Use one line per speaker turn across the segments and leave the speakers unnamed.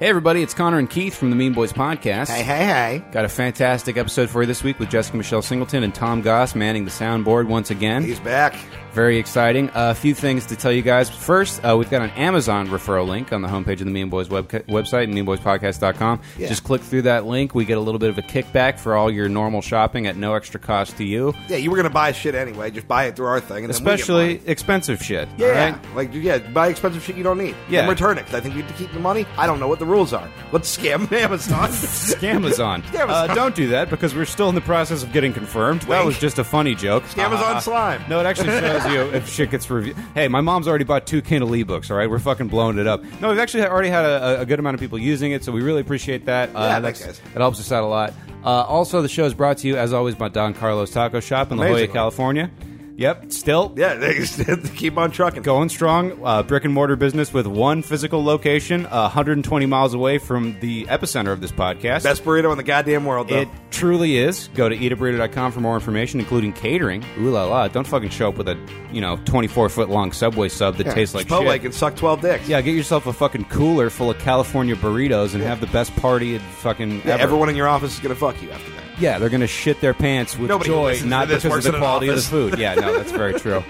Hey, everybody, it's Connor and Keith from the Mean Boys Podcast.
Hey, hey, hey.
Got a fantastic episode for you this week with Jessica Michelle Singleton and Tom Goss manning the soundboard once again.
He's back.
Very exciting. Uh, a few things to tell you guys. First, uh, we've got an Amazon referral link on the homepage of the Mean Boys web- website, meanboyspodcast.com.
Yeah.
Just click through that link. We get a little bit of a kickback for all your normal shopping at no extra cost to you,
Yeah, you were going to buy shit anyway. Just buy it through our thing. And
especially
Then
expensive shit.
we get money. yeah.
all right?
Like, yeah, buy expensive shit you don't need.
Yeah.
And return it, 'cause I think we have to keep the money. I don't know what the rules are. Let's scam Amazon.
Amazon.
Amazon.
Uh, don't do that because we're still in the process of getting confirmed. That
Wink.
was just a funny joke.
Amazon slime.
Uh, No, it actually shows you if shit gets reviewed. Hey, my mom's already bought two Kindle ebooks. All right, we're fucking blowing it up. No, we've actually already had a, a good amount of people using it, so we really appreciate that. Uh,
Yeah,
that's-
thanks, guys.
It helps us out a lot. Uh, also, the show is brought to you as always by Don Carlos Taco Shop in La Jolla,
Amazingly.
California. Yep, still
Yeah, they just have to keep on trucking.
going strong. Uh, brick and mortar business with one physical location, uh, 120 miles away from the epicenter of this podcast.
Best burrito in the goddamn world, though.
It truly is. Go to eataburrito.com for more information, including catering. Ooh la la! Don't fucking show up with a you know twenty four foot long Subway sub that
Yeah.
tastes like
Chipotle
shit.
can suck 12 dicks.
yeah, get yourself a fucking cooler full of California burritos and have the best party at fucking
Yeah,
ever.
everyone in your office is going to fuck you after that.
Yeah, they're gonna shit their pants with
Nobody who
joy,
listens
not
to this
because of
works
the
in an
quality of the
office.
food. Yeah, no, that's very true.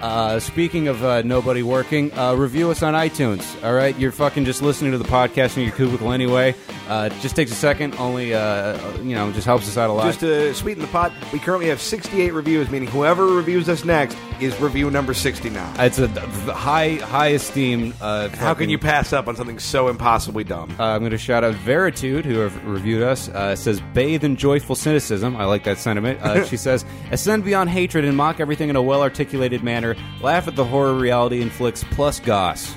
Uh, speaking of uh, nobody working, uh, review us on iTunes. All right, you're fucking just listening to the podcast in your cubicle anyway. Uh, it just takes a second, only uh, you know, just helps us out a lot.
Just to sweeten the pot, we currently have 68 reviews, meaning whoever reviews us next is review number 69.
It's a high, high esteem. Uh,
How can you pass up on something so impossibly dumb?
Uh, I'm going to shout out Veritude, who have reviewed us. Uh, says, bathe in joyful cynicism. I like that sentiment. Uh, she says, ascend beyond hatred and mock everything in a well articulated manner. Laugh at the horror reality inflicts, plus goss.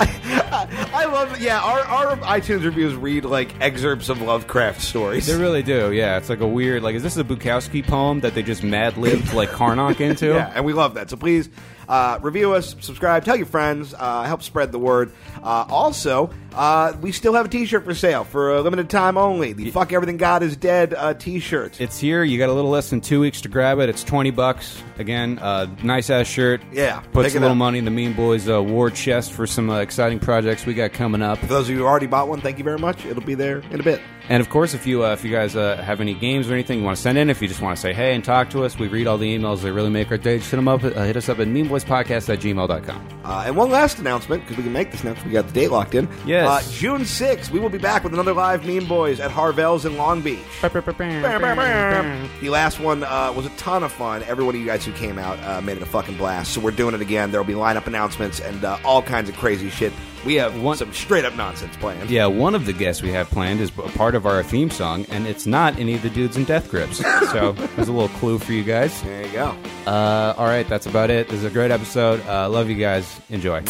I love, yeah, our, our iTunes reviews read like excerpts of Lovecraft stories.
They really do, yeah. It's like a weird, like, is this a Bukowski poem that they just mad libbed like Karnak into?
Yeah, and we love that. So please uh, review us, subscribe, tell your friends, uh, help spread the word. Uh, also, uh, we still have a T-shirt for sale for a limited time only. The "Fuck Everything God Is Dead" uh, T-shirt.
It's here. You got a little less than two weeks to grab it. It's twenty bucks. Again, uh, nice ass shirt.
Yeah,
puts
pick
a
it
little
up.
money in the Mean Boys uh, war chest for some uh, exciting projects we got coming up.
for those of you who already bought one, thank you very much. It'll be there in a bit.
And of course, if you uh, if you guys uh, have any games or anything you want to send in, if you just want to say hey and talk to us, we read all the emails. They really make our day. Just hit them up. Uh, hit us up at meanboyspodcast at gmail.com.
Uh, and one last announcement, because we can make this now 'cause we got the date locked in.
Yes.
Uh, June 6th, we will be back with another live Mean Boys at Harvell's in Long Beach. The last one uh, was a ton of fun. Every one of you guys who came out uh, made it a fucking blast. So we're doing it again. There will be lineup announcements and uh, all kinds of crazy shit. We have
One-
some straight up nonsense planned.
Yeah, one of the guests we have planned is a part of our theme song, and it's not any of the dudes in Death Grips. So there's a little clue for you guys.
There you go.
Uh, all right, that's about it. This is a great episode. Uh, love you guys. Enjoy.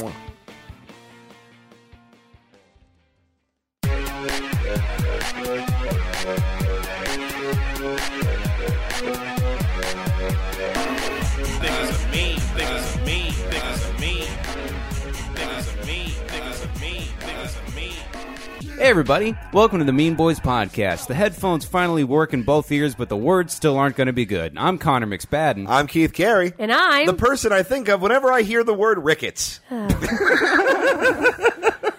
Niggas are mean, niggas are mean, niggas are mean. Niggas are mean, niggas are mean, niggas are mean.
Hey, everybody. Welcome to the Mean Boys Podcast. The headphones finally work in both ears, but the words still aren't going to be good. I'm Connor McSpadden.
I'm Keith Carey.
And I'm
the person I think of whenever I hear the word rickets.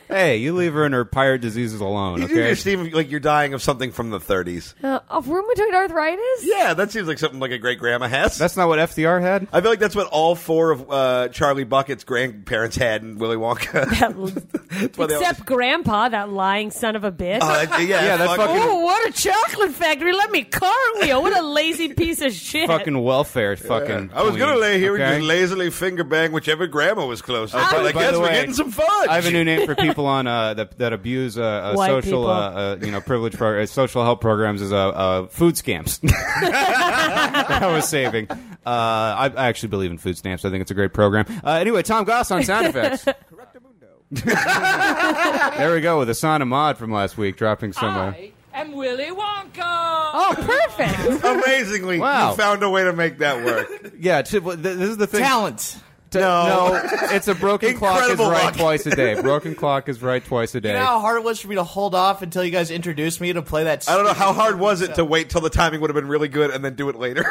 Hey, you leave her and her pirate diseases alone,
You
okay?
just seem like you're dying of something from the 30s.
uh, of rheumatoid arthritis.
Yeah, that seems like something like a great grandma has.
That's not what FDR had?
I feel like that's what all four of uh, Charlie Bucket's grandparents had in Willy Wonka. That's why they all-
Except Grandpa, that lying son of a bitch.
Uh, yeah,
Yeah, that fucking-
oh, what a chocolate factory! Let me cartwheel. What a lazy piece of shit.
Fucking welfare, fucking.
I was
queen,
gonna lay here
okay?
and just lazily finger bang whichever grandma was close. but I
by
guess
the
we're
way,
getting some fun.
I have a new name for people on uh, that, that abuse uh, uh,
White
social,
people.
uh, uh, you know, privilege pro- uh, social help programs is uh, uh, food scams. that I was saving. Uh, I, I actually believe in food stamps. I think it's a great program. Uh, anyway, Tom Goss on sound effects. there we go with Asana Mod from last week dropping some. Uh,
I am Willy Wonka.
Oh, perfect.
Amazingly,
Wow.
you found a way to make that work.
yeah, t- well, th- this is the thing.
talent.
T-
No.
it's a broken clock is
Incredible
right
luck.
twice a day. Broken clock is right twice a day.
You know how hard it was for me to hold off until you guys introduced me to play that.
I don't know how hard was it to wait till the timing would have been really good and then do it later.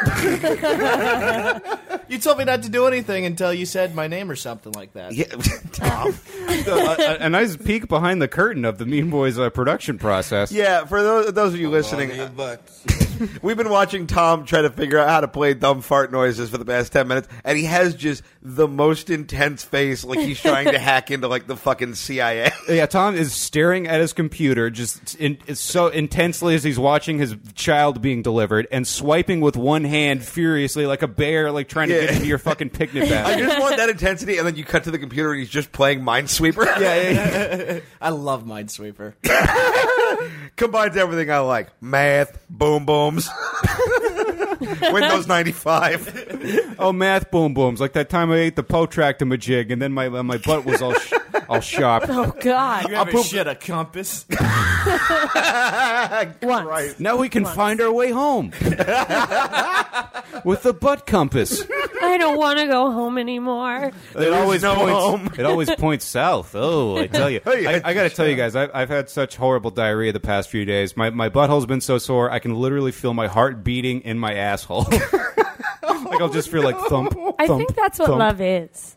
You told me not to do anything until you said my name or something like that.
Yeah, Tom.
uh, a, a nice peek behind the curtain of the Mean Boys uh, production process.
Yeah, for those, those of you listening, uh, we've been watching Tom try to figure out how to play dumb fart noises for the past 10 minutes, and he has just the most intense face, like he's trying to hack into like the fucking CIA.
Yeah, Tom is staring at his computer just in, it's so intensely as he's watching his child being delivered and swiping with one hand furiously like a bear, like trying
Yeah.
to get into your fucking picnic
I
basket.
just want that intensity, and then you cut to the computer and he's just playing Minesweeper.
I love Minesweeper.
Combines everything I like math, boom booms, Windows 95.
oh, math boom booms. Like that time I ate the protractomajig and then my uh, my butt was all, sh- all sharp.
Oh God!
You ever shit a compass?
Once.
Right.
Now we can find our way home with the butt compass.
I don't want to go home anymore.
It always
no
points.
home.
It always points south. Oh, I tell you,
Hey,
I, I got to tell you guys, I've, I've had such horrible diarrhea the past few days. My my butthole's been so sore, I can literally feel my heart beating in my asshole. like I'll just feel like thump.
I
thump,
think that's what
thump.
love is.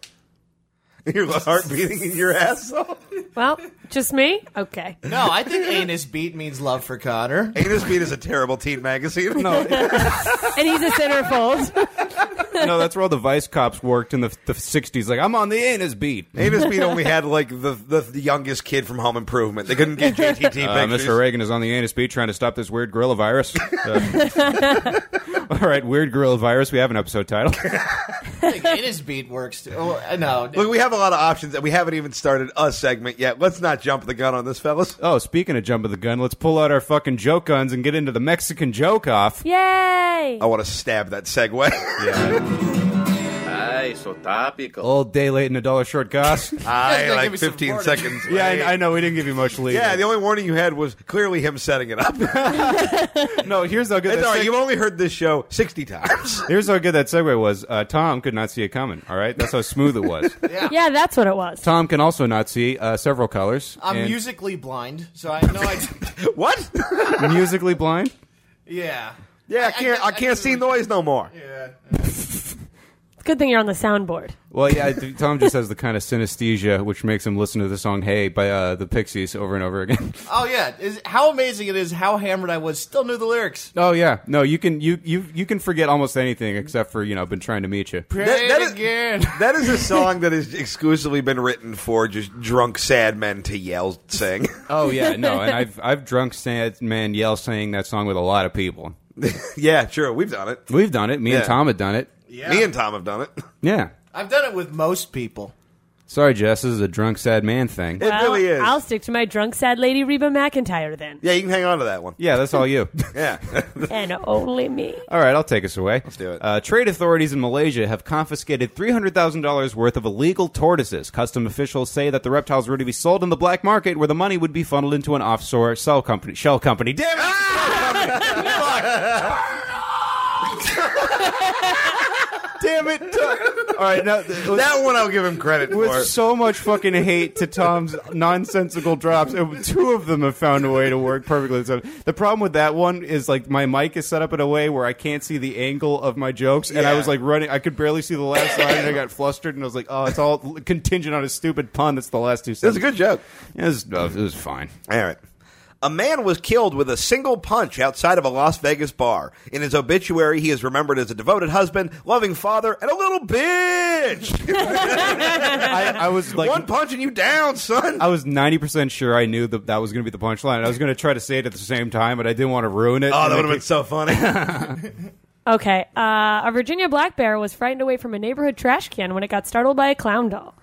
Your heart beating in your asshole.
Well, just me. Okay.
No, I think anus beat means love for Connor.
Anus Beat is a terrible teen magazine.
No,
And he's a centerfold.
no, that's where all the vice cops worked in the, the '60s. Like I'm on the anus beat.
Anus Beat only had like the, the the youngest kid from Home Improvement. They couldn't get JTT pictures.
Uh, Mr. Reagan is on the anus beat trying to stop this weird gorilla virus. Uh, all right, weird gorilla virus. We have an episode title.
I think anus beat works too. Oh, uh, no,
Look, we have a lot of options, and we haven't even started a segment yet. Let's not jump the gun on this, fellas.
Oh, speaking of jump of the gun, let's pull out our fucking joke guns and get into the Mexican joke off.
Yay!
I want to stab that segue.
Ay, so topical.
All day late and a dollar short, Goss.
I
Give
like
me some
15
warning.
seconds.
yeah,
late.
I, I know we didn't give you much lead.
Yeah, the only warning you had was clearly him setting it up. it's
no. Here's how
all
good. That
right.
seg-
You've only heard this show 60 times.
here's how good that segue was. Uh, Tom could not see it coming. All right, that's how smooth it was.
Yeah, that's what it was.
Tom can also not see uh, several colors.
I'm
and
musically blind, so I have no idea.
what?
musically blind.
yeah.
Yeah, I can't. I,
I- I
can't see noise no more.
It's a good thing you're on the soundboard.
Well, yeah, I th- Tom just has the kind of synesthesia which makes him listen to the song "Hey" by uh, the Pixies over and over again.
Oh yeah. Is, how amazing it is how hammered I was, still knew the lyrics.
oh yeah, no, you can you you you can forget almost anything except for you know, been trying to meet you.
Pray
That- that
it
is-
again.
That is a song that has exclusively been written for just drunk sad men to yell sing.
Oh yeah, no, and I've I've drunk sad man yell sang that song with a lot of people.
yeah, sure, we've done it.
We've done it. Me
Yeah.
and Tom have done it.
Yeah.
Me and Tom have done it.
Yeah.
I've done it with most people.
Sorry, Jess. This is a drunk sad man thing.
It really is.
I'll stick to my drunk sad lady Reba McIntyre then,
yeah, you can hang on to that one.
Yeah, that's all you.
Yeah.
and only me.
all right, I'll take us away. Let's
do it.
Uh, trade authorities in Malaysia have confiscated three hundred thousand dollars worth of illegal tortoises. Custom officials say that the reptiles were to be sold in the black market, where the money would be funneled into an offshore shell company. Shell company. Damn it! Damn it! All right, now
that one I'll give him credit
with
for.
so much fucking hate to Tom's nonsensical drops. and Two of them have found a way to work perfectly. So the problem with that one is like my mic is set up in a way where I can't see the angle of my jokes, and I
Yeah.
was like running. I could barely see the last line, and I got flustered, and I was like, "Oh, it's all contingent on a stupid pun." That's the last two
That's a
sentences.
good joke.
It was, no, it was fine.
All right. A man was killed with a single punch outside of a Las Vegas bar. In his obituary, he is remembered as a devoted husband, loving father, and a little bitch.
I, I was like.
One punch and you down, son.
I was ninety percent sure I knew that that was going to be the punchline. I was going to try to say it at the same time, but I didn't want to ruin it.
Oh, that
And I
would have been
kept-
so funny.
Okay. Uh, a Virginia black bear was frightened away from a neighborhood trash can when it got startled by a clown doll.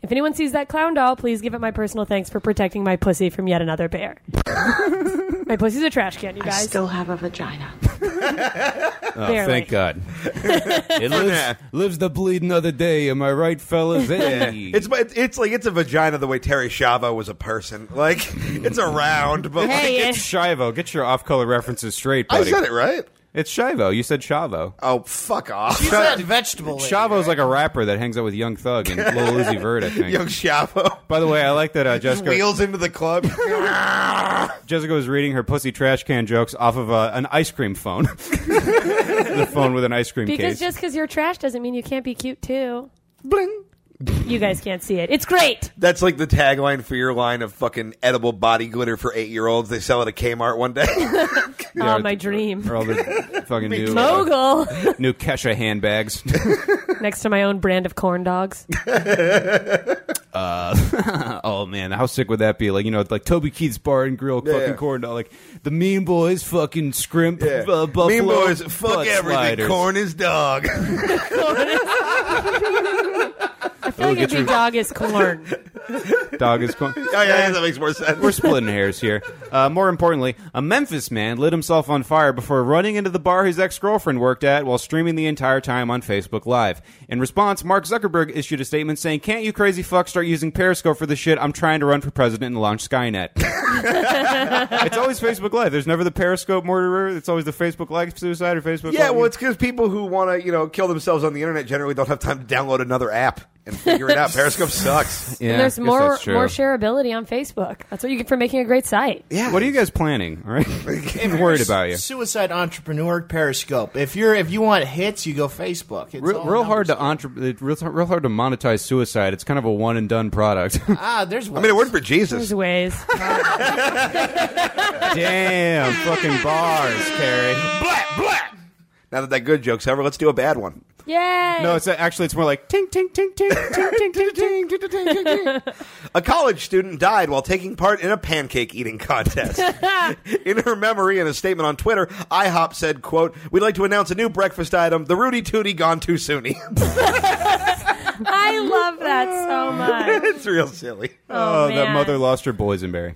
If anyone sees that clown doll, please give it my personal thanks for protecting my pussy from yet another bear. my pussy's a trash can, you
I
guys.
still have a vagina.
Oh,
Barely.
thank God. it lives, lives the bleed another day. Am I right, fellas? Hey.
it's but it's like it's a vagina the way Terry Schiavo was a person. Like it's around, but like,
Hey,
Shivo. Get your off color references straight,
I
buddy.
said it right.
It's Shivo. You said Chavo.
Oh, fuck off.
She said vegetable. lady,
Chavo's
right?
like a rapper that hangs out with Young Thug and Lil Uzi Vert, I think.
Young Shavo.
By the way, I like that uh,
Just
Jessica
wheels into the club.
Jessica was reading her pussy trash can jokes off of uh, an ice cream phone. the phone with an ice cream
Because
case.
just because you're trash doesn't mean you can't be cute too.
Bling.
You guys can't see it. It's great.
That's like the tagline for your line of fucking edible body glitter for eight year olds. They sell it at Kmart one day.
Yeah,
oh, my
or-
dream.
or all the fucking new, uh,
Mogul.
new Kesha handbags.
Next to my own brand of corn dogs.
oh man, how sick would that be? Like you know, like Toby Keith's Bar and Grill,
Yeah,
fucking
yeah.
corn dog, like the Mean Boys, fucking scrimp,
Yeah.
uh, buffalo,
mean boys,
butt
fuck everything.
sliders.
Corn is dog.
I feel like a
get
big
your-
dog is corn.
dog is corn.
Oh, yeah, yeah, that makes more sense.
We're splitting hairs here. Uh, more importantly, a Memphis man lit himself on fire before running into the bar his ex girlfriend worked at while streaming the entire time on Facebook Live. In response, Mark Zuckerberg issued a statement saying, Can't you crazy fuck start using Periscope for this shit? I'm trying to run for president and launch Skynet. it's always Facebook Live. There's never the Periscope murderer. It's always the Facebook Live suicide or Facebook
yeah,
Live.
well, it's because people who want to, you know, kill themselves on the internet generally don't have time to download another app and figure it out. Periscope sucks.
Yeah,
and there's
I guess
more
that's true.
more shareability on Facebook. That's what you get for making a great site.
Yeah.
What are you guys planning? All right? I'm worried about you.
Suicide entrepreneur Periscope. If you're if you want hits, you go Facebook. It's
Real,
all
real hard to
numbers.
entre- real, real hard to monetize suicide. It's kind of a one and done product.
ah. There's
I
one.
mean, it worked for
There's
Jesus.
ways.
Damn, fucking bars, Carrie.
Blah, blah. Now that that good joke's over, let's do a bad one.
Yay!
No, it's actually it's more like tink tink tink tink tink tink tink tink tink tink tink.
A college student died while taking part in a pancake eating contest. in her memory, in a statement on Twitter, IHOP said, "quote We'd like to announce a new breakfast item: the Rudy Tooty Gone Too Soony."
I love that so much.
it's real silly.
Oh, that
man.
mother lost her boysenberry.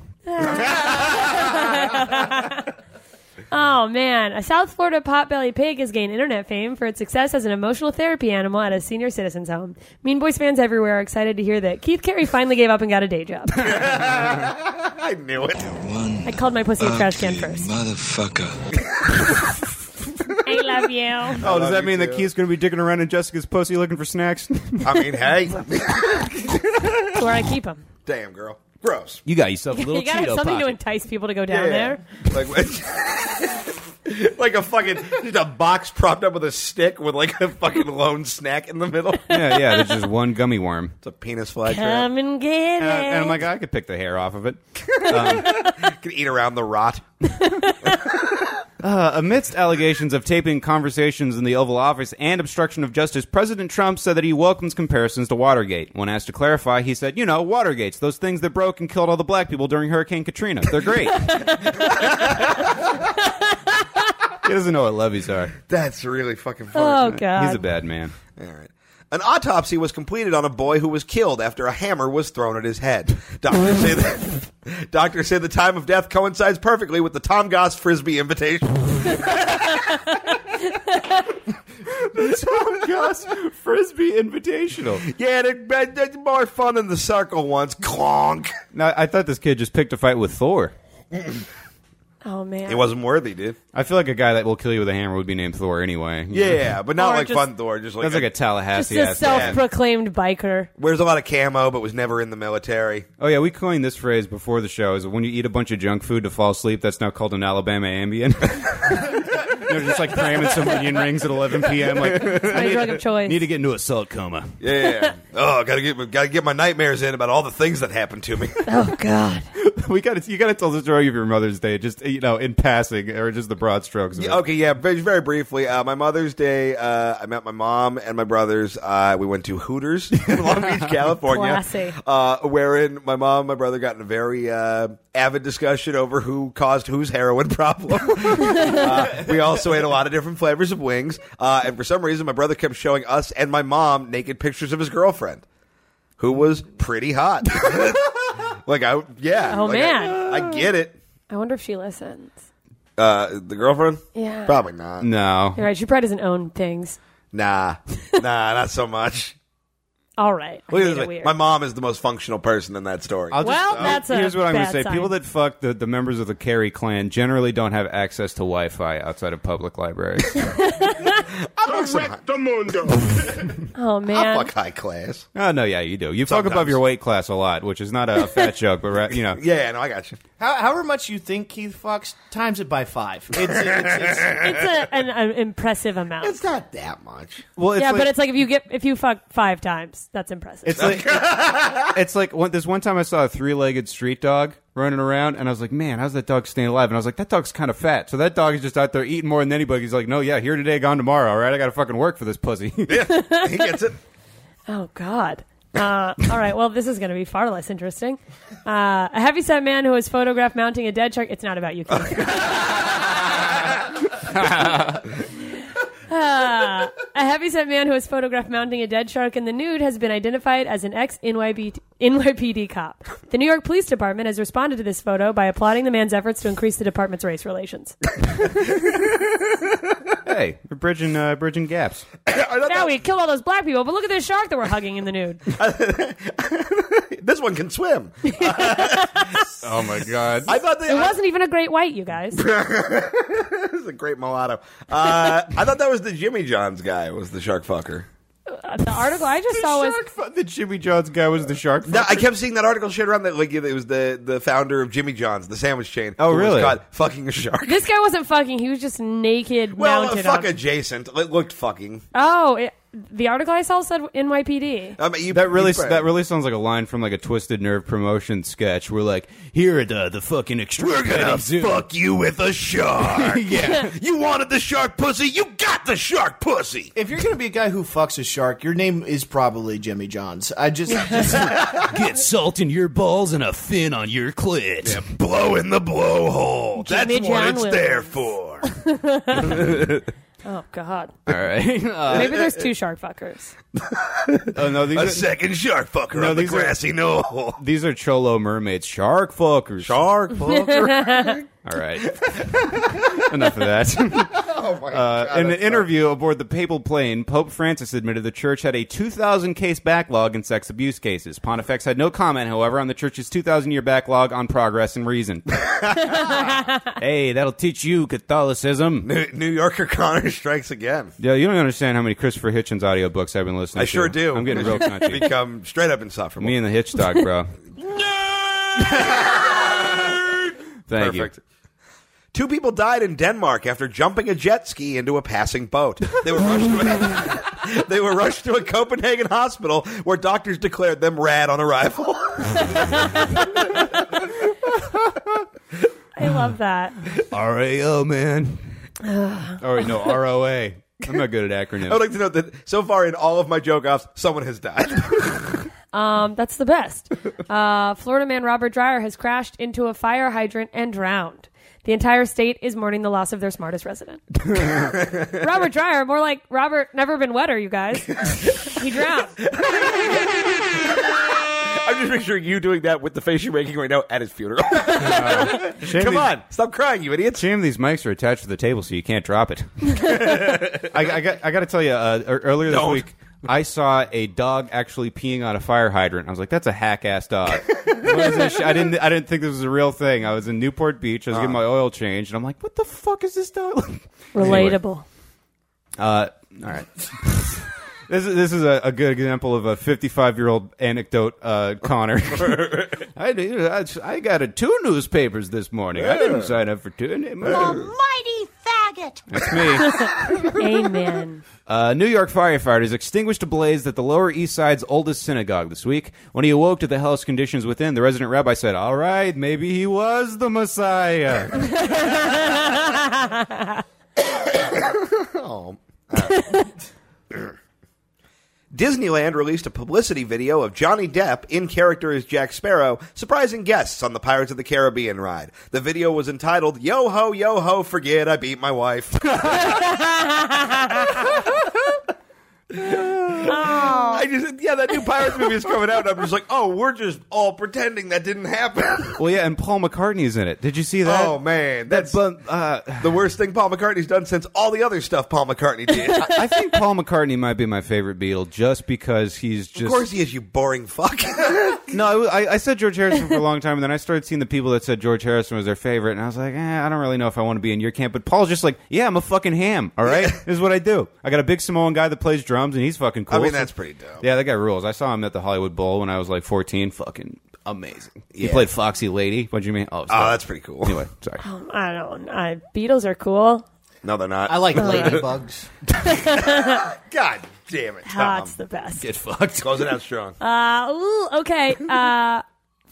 Oh man, a South Florida potbelly pig has gained internet fame for its success as an emotional therapy animal at a senior citizens home. Mean Boys fans everywhere are excited to hear that Keith Carey finally gave up and got a day job.
I knew it.
Oh,
I called my pussy a trash can first.
Motherfucker.
I love you.
Oh,
love
does that
you
mean
too.
that Keith's going to be digging around in Jessica's pussy looking for snacks?
I mean, hey,
That's where I keep them.
damn girl, gross.
you got yourself a
you gotta have something to entice people to go down there.
Like, what- like a fucking just a box propped up with a stick with like a fucking lone snack in the middle. It's
yeah, yeah. There's just one gummy worm,
a penis fly trap.
Come and get
and, I,
it.
am like, I could pick the hair off of it.
Can eat around the rot.
Uh, amidst allegations of taping conversations in the Oval Office and obstruction of justice, President Trump said that he welcomes comparisons to Watergate. When asked to clarify, he said, "You know, Watergate's those things that broke and killed all the black people during Hurricane Katrina. They're great." he doesn't know what levees are.
That's really fucking funny.
oh god.
He's a bad man.
All right. An autopsy was completed on a boy who was killed after a hammer was thrown at his head. Doctors say that doctors say the time of death coincides perfectly with the Tom Goss frisbee invitation.
Tom Gus Frisbee Invitational.
Yeah, that- that- that's more fun than the circle once. Clonk.
Now, I thought this kid just picked a fight with Thor.
oh man.
It wasn't worthy, dude.
I feel like a guy that will kill you with a hammer would be named Thor anyway.
Yeah, but not
Or
like
just-
fun Thor. Just like,
That's like a
Just
Tallahassee.
a
ass man.
self-proclaimed biker.
wears a lot of camo, but was never in the military.
Oh yeah, we coined this phrase before the show. Is when you eat a bunch of junk food to fall asleep. That's now called an Alabama Ambien. They're just like cramming some onion rings at 11 p.m. Like
It's my drug of choice.
need to get into a salt coma.
Yeah. oh, gotta get gotta get my nightmares in about all the things that happened to me.
oh god.
We got to you got to tell the story of your Mother's Day, just you know, in passing or just the broad strokes. Of it.
Yeah, okay, yeah, very, very briefly. Uh, my Mother's Day, uh, I met my mom and my brothers. Uh, we went to Hooters in Long Beach, California.
Classy.
Uh, wherein my mom and my brother got in a very uh, avid discussion over who caused whose heroin problem. uh, we also ate a lot of different flavors of wings. Uh, and for some reason, my brother kept showing us and my mom naked pictures of his girlfriend, who was pretty hot. like, I, yeah.
Oh,
like, I-
man.
I get it.
I wonder if she listens.
Uh, the girlfriend?
Yeah.
Probably not.
No,
You're right. She probably doesn't own things.
Nah, nah, not so much.
All right. I
Look at it
made
this
it
way.
weird.
My mom is the most functional person in that story.
I'll
Well,
I'll-
that's a
uh, here's what I'm gonna
bad
say.
sign.
People that fuck the, the members of the Kerry clan generally don't have access to Wi-Fi outside of public libraries.
oh man.
Ah,
Fuck high class.
oh no, yeah, you do. You fuck
Sometimes.
above your weight class a lot, which is not a fat joke, but right, you know,
yeah, yeah, no, I got you.
How, however much you think he fucks, times it by five. It's, it's, it's,
It's a, an, an impressive amount.
it's not that much.
Well, it's
yeah,
like,
but it's like if you get if you fuck five times, that's impressive.
It's like it's like one, this one time I saw a three-legged street dog running around, and I was like, "Man, how's that dog staying alive?" And I was like, "That dog's kind of fat, so that dog is just out there eating more than anybody." He's like, "No, yeah, here today, gone tomorrow. All right, I got to fucking work for this pussy."
Yeah, he gets it.
oh God. Uh, all right. Well, this is going to be far less interesting. Uh, a heavyset man who was photographed mounting a dead shark. It's not about you. Keith. Uh, a heavyset man who was photographed mounting a dead shark in the nude has been identified as an ex NYPD cop. The New York Police Department has responded to this photo by applauding the man's efforts to increase the department's race relations.
hey, we're bridging uh, bridging gaps.
I thought
now
that-
we killed all those black people, but look at this shark that we're hugging in the nude.
this one can swim.
Oh my god.
I thought they,
It
I-
wasn't even a great white, you guys.
this is a great mulatto. Uh, I thought that was the Jimmy John's guy was the shark fucker.
Uh, the article I just saw was
shark fu- the Jimmy John's guy was the shark.
No, I kept seeing that article shared around that like it was the, the founder of Jimmy John's, the sandwich chain.
Oh,
who was
really?
caught fucking a shark.
this guy wasn't fucking. He was just naked,
Well, uh,
mounted
fuck
on.
adjacent. It looked fucking.
oh, it, the article I saw said NYPD.
I mean, you,
That really
you-
that really sounds like a line from like a Twisted Nerve promotion sketch. We're like, here at uh, the fucking
We're
extraordinary
gonna
zoo.
fuck you with a shark.
Yeah.
you wanted the shark pussy. You got the shark pussy.
If you're gonna be a guy who fucks a shark, your name is probably Jimmy Johns. I just, just
Get salt in your balls and a fin on your clit.
Blow in the blowhole.
Jimmy John Williams.
for.
Oh God,
All right. Uh,
maybe there's two shark fuckers.
oh no, these are,
second shark fucker
No, these are-
knoll.
these are Cholo mermaids. Shark fuckers. Shark fucker. All right. Enough of that.
Oh
Uh, in an interview aboard the papal plane, Pope Francis admitted the church had a 2,000 case backlog in sex abuse cases. Pontifex had no comment, however, on the church's 2,000 year backlog on progress and reason. hey, that'll teach you Catholicism.
New, New Yorker Connor strikes again.
Yeah, you don't understand how many Christopher Hitchens audiobooks I've been listening to.
I sure do.
I'm getting real crunchy.
Become straight up insufferable.
Me and the Hitch dog, bro. Thank
Perfect.
you.
Two people died in Denmark after jumping a jet ski into a passing boat. They were rushed to a, they were rushed to a Copenhagen hospital where doctors declared them rad on arrival.
I love that.
RAO, man. All right, no, ROA. I'm not good at acronyms.
I would like to note that so far in all of my joke offs, someone has died.
Um, that's the best. Uh, Florida man Robert Dreyer has crashed into a fire hydrant and drowned. The entire state is mourning the loss of their smartest resident. Robert Dreyer, more like Robert, never been wetter, you guys. he drowned.
I'm just picturing you doing that with the face you're making right now at his funeral.
Shame
Come
these-
on, stop crying, you idiots.
Shame these mics are attached to the table, so you can't drop it. I, I got. I got to tell you, uh, ear- earlier this
Don't.
week, I saw a dog actually peeing on a fire hydrant. I was like, "That's a hack ass dog." What is this sh- I didn't. I didn't think this was a real thing. I was in Newport Beach. I
Uh-huh.
was getting my oil changed, and I'm like, "What the fuck is this dog?" Anyway.
Relatable.
Uh, all right. This is, this is a, a good example of a 55 year old anecdote, uh, Connor. I, do- I, I got a two newspapers this morning. I didn't sign up for two.
Almighty faggot!
That's me.
Amen.
Uh, New York firefighters extinguished a blaze at the Lower East Side's oldest synagogue this week. When he awoke to the hellish conditions within, the resident rabbi said, All right, maybe he was the Messiah.
Disneyland released a publicity video of Johnny Depp in character as Jack Sparrow surprising guests on the Pirates of the Caribbean ride. The video was entitled Yo Ho Yo Ho Forget I Beat My Wife. I I just yeah, that new Pirates movie is coming out, and I'm just like, oh, we're just all pretending that didn't happen.
Well, yeah, and Paul McCartney's in it. Did you see that?
oh man,
that
that's
bum, uh,
the worst thing Paul McCartney's done since all the other stuff Paul McCartney did. of
I think Paul McCartney might be my favorite Beatle, just because he's just.
course he is, you boring fuck. Oh,
No, I, was- I, I said George Harrison for a long time, and then I started seeing the people that said George Harrison was their favorite, and I was like, eh, I don't really know if I want to be in your camp. But Paul's just like, yeah, I'm a fucking ham. All right, this is what I do. I got a big Samoan guy that plays drums, and he's fucking cool.
I mean, that's pretty dope.
Yeah, that guy rules. I saw him at the Hollywood Bowl when I was like 14. Fucking amazing. He played Foxy Lady. What do you mean? Oh,
Oh, that's pretty cool.
anyway. Sorry.
I don't. I, Beatles are cool.
No, they're not.
I like ladybugs.
God damn it, Tom.
That's the best.
Get fucked.
Close it out strong.
Um,
Um,
Uh, ooh, okay. Uh,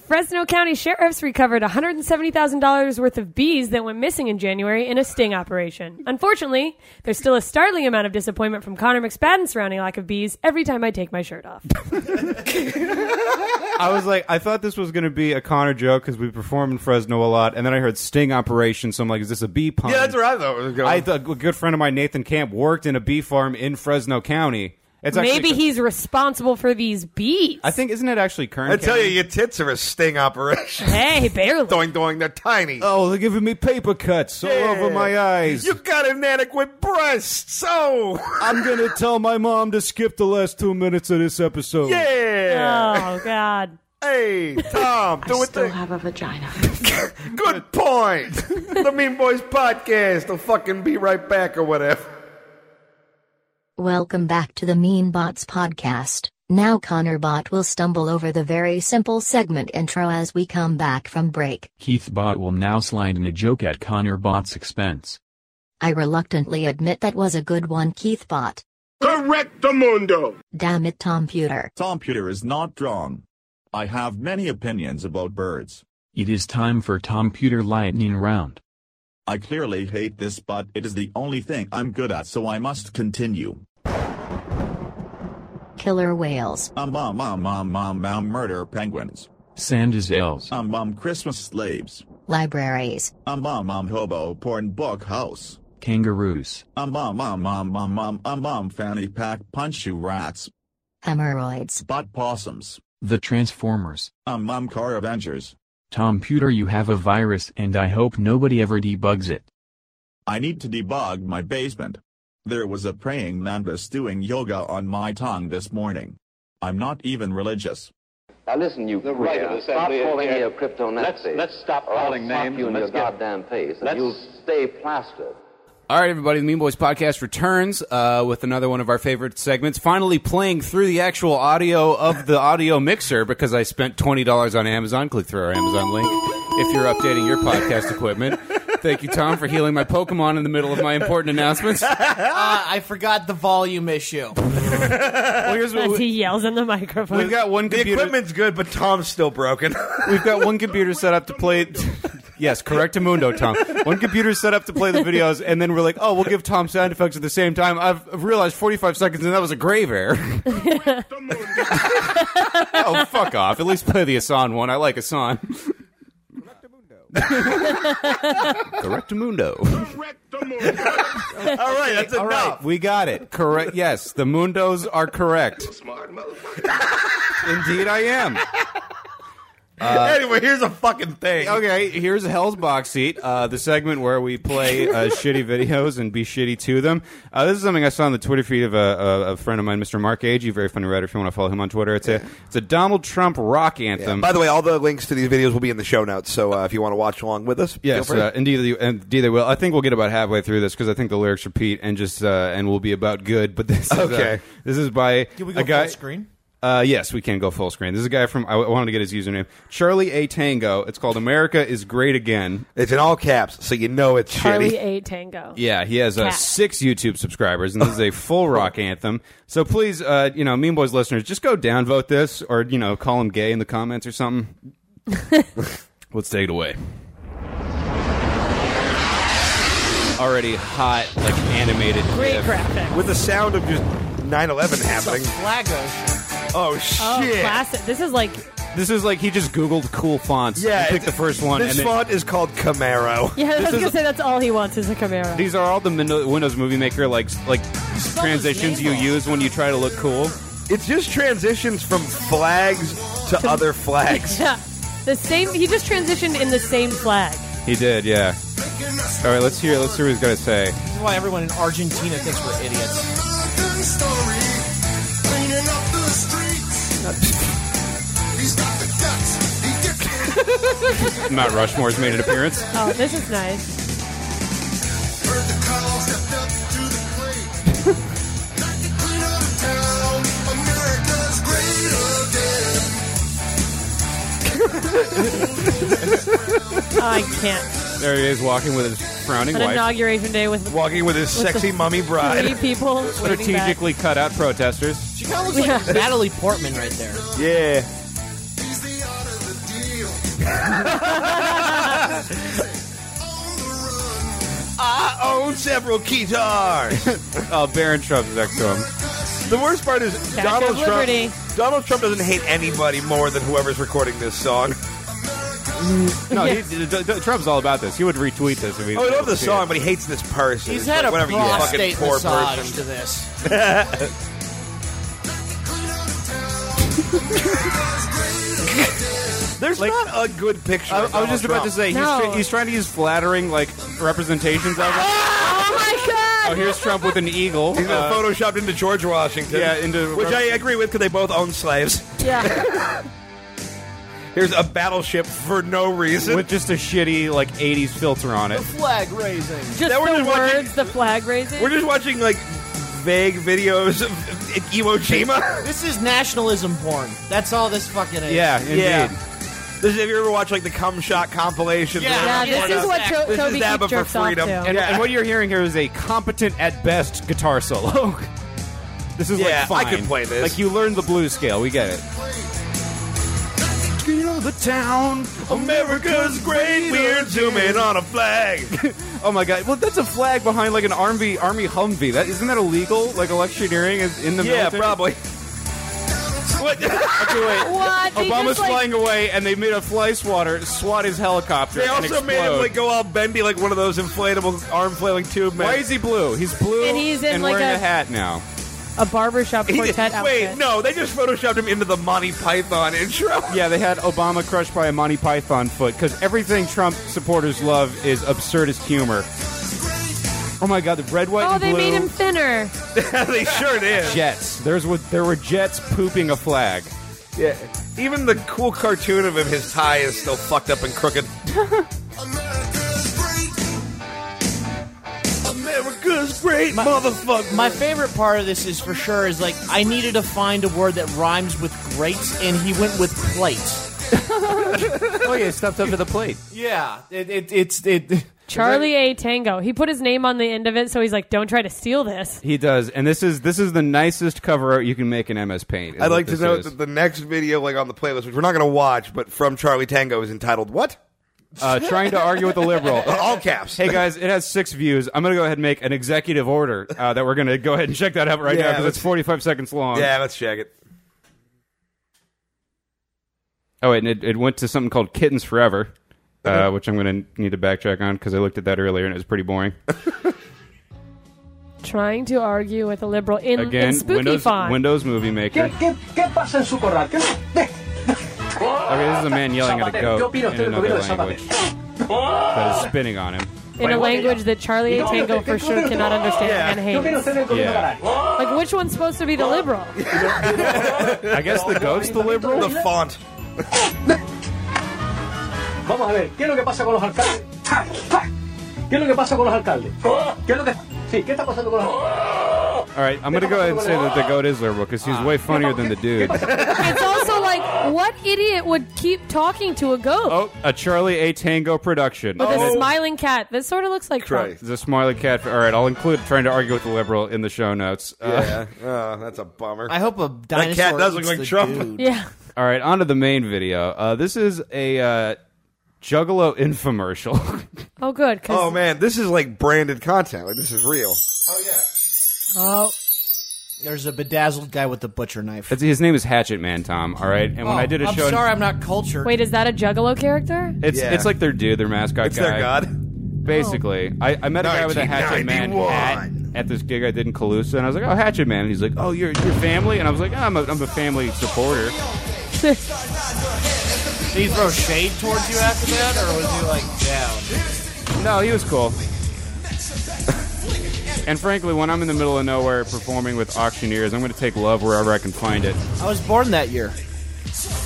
Fresno County sheriffs recovered $170,000 worth of bees that went missing in January in a sting operation. Unfortunately, there's still a startling amount of disappointment from Connor McSpadden surrounding lack of bees every time I take my shirt off.
I was like, I thought this was going to be a Connor joke because we perform in Fresno a lot, and then I heard Sting Operation, so I'm like, is this a bee pun?
yeah, that's where I thought it was going.
I thought a good friend of mine, Nathan Camp, worked in a bee farm in Fresno County. It's actually-
Maybe he's responsible for these bees.
I think isn't it actually Kern?
I tell you,
County?
your tits are a sting operation.
hey, barely.
doing, doing, they're tiny.
Oh, they're giving me paper cuts all
Yeah.
over my eyes.
You got inadequate breasts, Oh, so
I'm gonna tell my mom to skip the last two minutes of this episode. Uh,
yeah.
Oh, God.
Hey, Tom, do it.
Still
The-
have a vagina.
good point. the Mean Boys podcast. They'll fucking be right back or whatever.
Welcome back to the Mean Bots podcast. Now Connor Bot will stumble over the very simple segment intro as we come back from break.
Keith Bot will now slide in a joke at Connor Bot's expense.
I reluctantly admit that was a good one, Keith Bot. Correctamundo! Damn it, Tom Pewter.
Computer is not wrong. I have many opinions about birds.
It is time for Tom Pewter lightning round.
I clearly hate this, but it is the only thing I'm good at, so I must continue.
Killer whales.
Um, um, um, um, um, um, murder penguins.
Sand is L's.
Um, um, Christmas slaves.
Libraries.
Um, um, um, hobo porn book house.
Kangaroos.
Um, um, um, um, um, um, um, um, fanny pack punch you rats.
Hemorrhoids.
Butt possums.
The Transformers.
Um, um, car avengers.
Tom Pewter, you have a virus and I hope nobody ever debugs it.
I need to debug my basement. There was a praying mantis doing yoga on my tongue this morning. I'm not even religious.
Now listen, you the right of stop calling me a crypto Let's, let's stop calling names. you in your goddamn face, and you'll stay plastered.
All right, everybody. The Mean Boys podcast returns uh, with another one of our favorite segments. Finally, playing through the actual audio of the audio mixer because I spent twenty dollars on Amazon. Click through our Amazon link if you're updating your podcast equipment. Thank you, Tom, for healing my Pokemon in the middle of my important announcements.
Uh, I forgot the volume issue.
Well, here's what
As he
we,
yells in the microphone.
have got one
The
computer.
equipment's good, but Tom's still broken.
We've got one computer set up to play. Yes, correct mundo, Tom. One computer set up to play the videos, and then we're like, "Oh, we'll give Tom sound effects at the same time." I've I've realized forty-five seconds, and that was a grave error. oh, fuck off! At least play the Asan one. I like Asan. Correct mundo.
All right, that's
All
enough.
right, we got it. Correct. Yes, the mundos are correct. Indeed, I am.
anyway, here's a fucking thing.
Okay, here's Hell's Box Seat, uh, the segment where we play uh, shitty videos and be shitty to them. Uh, this is something I saw on the Twitter feed of a, a, a friend of mine, Mr. Mark Agee, very funny writer. If you want to follow him on Twitter, it's a it's a Donald Trump rock anthem.
By the way, all the links to these videos will be in the show notes, so uh, if you want to watch along with us, feel
Yes,
free.
uh, indeed, they- indeed they will. I think we'll get about halfway through this because I think the lyrics repeat and just uh, and will be about good. But this is, uh,
Okay.
this is by
Can we go
a guy,
full screen?
Uh, yes, we can go full screen. This is a guy from I wanted to get his username Charlie A Tango. It's called America is Great Again.
it's in all caps, so you know it's
Charlie
shitty.
A. Tango.
Yeah, he has uh,
Cat.
six YouTube subscribers, and this is a full rock anthem. So please, uh, you know, Mean Boys listeners, just go downvote this, or you know, call him gay in the comments or something. Let's take it away. Already hot, like animated.
Great
gif.
graphic.
With the sound of just 9/11 happening.
Flag ocean.
Oh
Oh,
shit!
classic. This is like,
This is like he just Googled cool fonts.
Yeah,
Yeah, picked
it's-
the first one.
This
and then-
font is called Camaro.
yeah, I
This
was
is-
going to say that's all he wants is a Camaro.
These are all the Min- Windows Movie Maker like like
his
transitions
name
you
wrong.
use when you try to look cool.
It's just transitions from flags to, other flags.
Yeah. The same. He just transitioned in the same flag.
He did, yeah. All right, let's hear. Let's hear what he's gonna say.
This is why everyone in Argentina thinks we're idiots.
Matt Rushmore's made an appearance.
Oh, this is nice. Oh, I can't.
There he is, walking with his frowning
An
wife,
inauguration day with
walking with his
the
sexy mummy bride.
Three people waving back.
strategically cut out protesters.
She kind of looks like Natalie Portman right there.
Yeah. I own several guitars.
oh, Baron Trump's next to him.
The worst part is
Statue
Donald
of
Trump.
Liberty.
Donald Trump doesn't hate anybody more than whoever's recording this song.
No, he, d- d- d- Trump's all about this. He would retweet this if he.
Oh, I love the
Yeah.
song, but he hates this person.
He's
It's
had
like,
a
whatever, you fucking
prostate
poor
massage
person.
to this.
There's not a good picture.
I,
of
I was
Donald
just about
Trump.
to say he's,
No.
tr- he's trying to use flattering like representations of it.
Oh my god!
Oh, here's Trump with an eagle.
He's
Uh,
uh, photoshopped into George Washington.
Yeah, into-
which I agree with because they both own slaves.
Yeah.
Here's a battleship for no reason.
with just a shitty like '80s filter on it.
Flag raising.
Just
Now we're
the
just watching-
words, the flag raising.
We're just watching like vague videos of Iwo Jima.
This is nationalism porn. That's all this fucking is.
Yeah, indeed.
This is, have you ever watched like the cum shot compilation?
Yeah.
yeah,
Yeah,
this is what Tro-
This is
Toby
ABBA for
Keith jerks off
freedom.
And,
to.
Yeah.
and what you're hearing here is a competent at best guitar solo. this is
Yeah,
like fine.
I can play this.
Like you learned the blues scale. We get it. You know the town.
America's great. We're zooming on a flag.
Oh my god! Well, that's a flag behind like an army army Humvee. That isn't that illegal? Like electioneering is in the
yeah,
military?
probably. What?
Okay, wait.
What? They
Obama's
just, like-
flying away, and they made a fly swatter swat his helicopter.
They
and
also made him
explode.
like go all bendy, like one of those inflatable arm flailing tube men.
Why is he blue? He's blue
And he's in, like,
wearing
a-
a hat now.
A barbershop
He
quartet
did-
outfit.
Wait, no, they just photoshopped him into the Monty Python intro.
Yeah, they had Obama crushed by a Monty Python foot because everything Trump supporters love is absurdist humor. Oh my God! The red, white,
Oh,
and
they
blue
made him thinner.
they sure did.
jets. There's was there were jets pooping a flag.
Yeah. Even the cool cartoon of him, his tie is still fucked up and crooked. America's great, motherfucker.
My favorite part of this is for sure is like I needed to find a word that rhymes with great, and he went with plate.
Oh yeah, stepped up to the plate.
Yeah, it, it it's it.
Charlie A. Tango. He put his name on the end of it, so he's like, "Don't try to steal this."
He does, and this is this is the nicest cover art you can make in MS Paint. is
I'd
what
like to
this
note
is.
that the next video, like on the playlist, which we're not going to watch, but from Charlie Tango, is entitled "What?"
uh, trying to argue with a liberal.
All caps.
Hey guys, it has six views. I'm gonna go ahead and make an executive order uh, that we're gonna go ahead and check that out right
Yeah,
now because it's
let's-
45 seconds long.
Yeah, let's check it.
Oh, wait, and it, it went to something called Kittens Forever,
Uh-huh.
uh, which I'm going to need to backtrack on because I looked at that earlier and it was pretty boring.
Trying to argue with a liberal in, in
Again,
spooky
Windows
font.
Windows Movie Maker. Okay, this is a man yelling at a goat in another language that is spitting on him.
in a language that Charlie A. Tango for sure cannot understand
Yeah.
and hates.
Yeah,
Like, which one's supposed to be the liberal?
I guess the goat's the liberal.
The font.
Vamos a ver, ¿qué es lo que pasa con los alcaldes? ¡Ja! ¡Ja! ¿Qué es lo que pasa con los alcaldes? ¿Qué es lo que... Sí, ¿qué está pasando con los alcaldes?
All right, I'm going to go ahead and say that the goat is liberal because he's way funnier than the dude.
It's also like, what idiot would keep talking to a goat
Oh, a Charlie A Tango production.
with
And
a
it-
smiling cat? This sort of looks like Trump.
Christ.
It's a smiley cat. All right, I'll include trying to argue with the liberal in the show notes. Uh,
Yeah. Oh, that's a bummer.
I hope a dinosaur
cat does look
eats
like
the
Trump.
dude.
Yeah.
All right, on to the main video. Uh, this is a uh, Juggalo infomercial.
Oh, good. 'cause-
oh man, this is like branded content. Like this is real.
Oh,
There's a bedazzled guy with the butcher knife.
It's- his name is Hatchet Man Tom. All right, and when I did a
Oh, I'm
show,
sorry, I'm not cultured.
wait, is that a Juggalo character?
it's
Yeah.
it's like their dude, their mascot
It's
guy.
their god.
Oh.
Basically, I, I met a guy with a Hatchet Man hat,
1991.
at this gig I did in Calusa, and I was like, "Oh, Hatchet Man," and he's like, "Oh, you're your family," and I was like, "I'm a, I'm a family supporter."
Did he throw shade towards you after that, or was he like down?
No, he was cool. and frankly, when I'm in the middle of nowhere performing with auctioneers, I'm going to take love wherever I can find it.
I was born that year.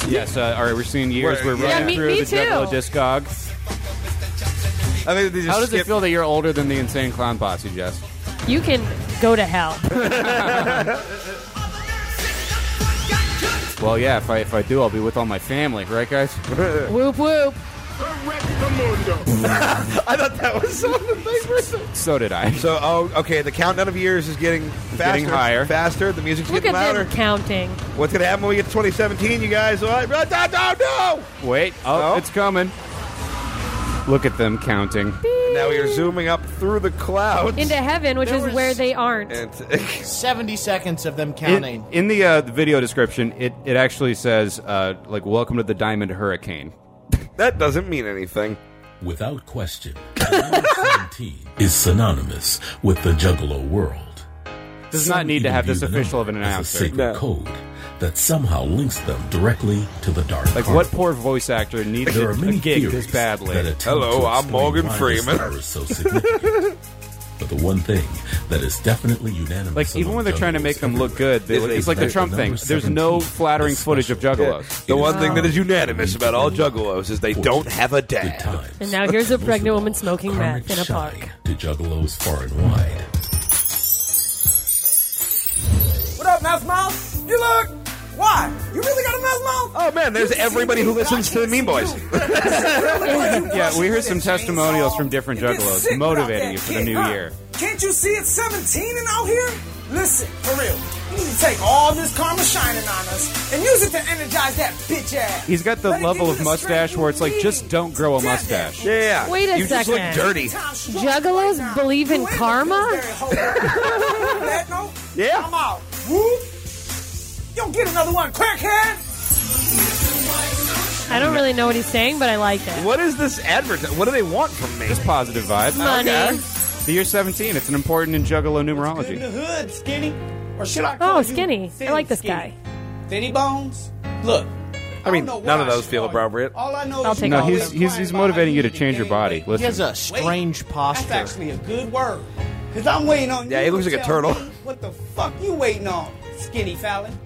Yes, uh, all right, we're seeing years. We're
Where-
running
Yeah, me-
through
me
the
too.
Juggalo discog. I think they just How does it feel that you're older than the Insane Clown Posse, Jess?
You can go to hell.
Well, yeah, if I, if I do, I'll be with all my family, right, guys?
whoop whoop.
I thought that was some of the thing.
so did I.
So, oh, okay. The countdown of years is getting faster,
getting higher.
faster. The music's
Look at
getting louder.
them counting.
What's gonna happen when we get to 2017, you guys? What? No, no, no, no!
Wait, oh, it's coming. Look at them counting.
Now we are zooming up through the clouds.
Into heaven, which
There
is
was-
where they aren't.
Seventy seconds of them counting.
In, in the, uh, the video description, it, it actually says, uh, like, welcome to the Diamond Hurricane.
that doesn't mean anything.
Without question, 2017 is synonymous with the Juggalo world.
Does not need to have this official of an
As a
announcer.
sacred code that somehow links them directly to the dark.
Like,
carnival.
what poor voice actor needs
There
a,
are
a
many
gig
theories
this badly?
that attempt to explain why This star is so significant. but the one thing that is definitely unanimous.
Like even when they're trying to make them look good, they,
Is they
it's like the
make
Trump
the
thing.
number
There's no flattering footage of juggalos.
The one thing that is unanimous about all juggalos is they don't have a dad.
And now here's a pregnant woman smoking meth in a park.
to juggalos far and wide.
What up, Mouse Mouth? You look! Why? You really got a mouse mouth?
Oh man, there's everybody who listens to the Mean Boys.
yeah, we heard some testimonials from different juggalos
Sick about
motivating
that
you for
kid,
the new
huh?
year.
Can't you see it's 17 and out here? Listen, for real. You need to take all this karma shining on us and use it to energize that bitch ass.
He's got the
Let it
level
give
of
you the
mustache
strength
where it's like
you
just don't grow a mustache.
Yeah.
Wait a second. Juggalos believe in karma?
need. On that note,
yeah.
I'm out. Whoop. You don't get another one, crackhead.
I don't really know what he's saying, but I like it.
What is this advertisement? What do they want from me?
Just positive vibe.
Money. Okay.
The year 17. It's an important in juggalo numerology.
hood, skinny. Or should I
Oh, skinny. I like this guy.
Thinny bones? Look.
I mean, none of those feel appropriate.
All I know
I'll
is
take
no,
all
he's,
of
he's he's motivating you to change your body. Listen,
he has a strange posture.
That's actually a good word. Because I'm waiting on
Yeah,
you.
he looks
to
like a
tell
turtle.
me What the fuck you waiting on, skinny Fallon?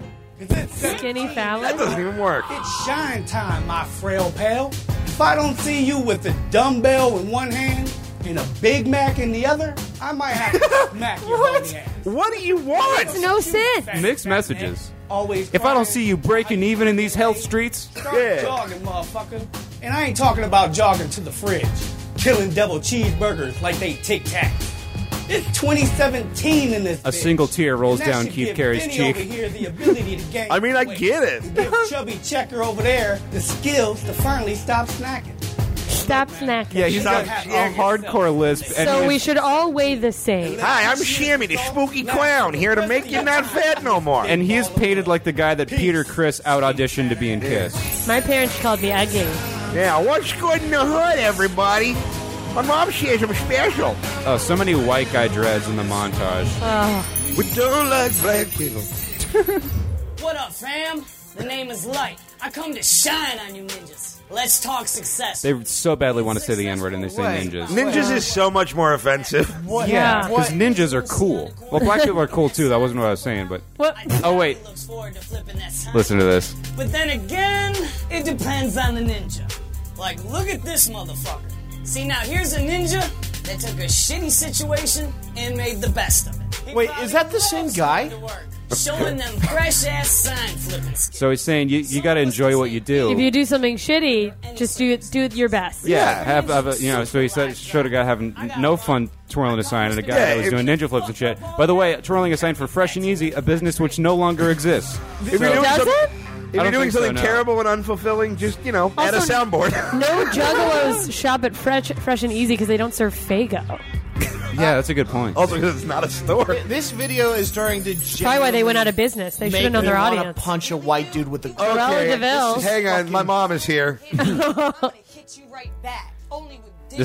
Skinny Fallon?
That doesn't
even work.
It's shine time, my frail pal. If I don't see you with a dumbbell in one hand and a Big Mac in the other, I might have to smack your what? ass.
What do you want?
Makes no sense.
mixed messages.
Always.
If I don't see you breaking even in these health streets,
Start jogging, motherfucker. And I ain't talking about jogging to the fridge, killing double cheeseburgers like they Tic Tac. It's 2017 in this.
a single tear rolls
And that
down
should
Keith
give
Carey's
Vinny
cheek.
Over here, the ability to gain
I mean, I
weight.
get it.
Give Chubby Checker over there the skills to finally stop snacking.
Stop snacking.
Yeah, he's got a hardcore lisp. And
So
he
we
is-
should all weigh the same.
Hi, I'm Shammy, the spooky clown, here to make you not fat no more.
and he is painted like the guy that Peter Chris out auditioned to be in Kiss.
My parents called me ugly.
Yeah, what's good in the hood, everybody? My mom says I'm special.
Oh, so many white guy dreads in the montage.
We don't like black people.
What up, fam? The name is Light. I come to shine on you ninjas. Let's talk success.
They so badly want to say the N word and they say
Wait.
ninjas.
Ninjas is so much more offensive.
What?
Yeah.
Yeah, because ninjas are cool. Well, black people are cool too. That wasn't what I was saying, but.
What?
Oh, wait.
Looks forward to flipping that sign.
Listen to this.
But then again, it depends on the ninja. Like, look at this motherfucker. See, now here's a ninja that took a shitty situation and made the best of it. He
Wait, is that the same guy?
Showing them fresh ass sign flipping.
So he's saying you, you got to enjoy what you do.
If you do something shitty, just do it. Do your best.
Oh. yeah, have, have a, you know. So he said, showed a guy having no fun twirling a sign, and a guy
Yeah,
that was
if-
doing ninja flips and shit. By the way, twirling a sign for Fresh and Easy, a business which no longer exists.
If you're
So-
doing, some- if you're
I don't
doing
think so,
something
no.
terrible and unfulfilling, just, you know, add a
Also,
soundboard.
No juggalos shop at Fresh, Fresh and Easy because they don't serve Fago.
yeah, that's a good point.
Also, because it's not a store.
This video is during the. That's
Probably why they went out of business. They should have known their audience.
Punch a white dude with a.
Cruella Deville.
Hang on, my mom is here.
This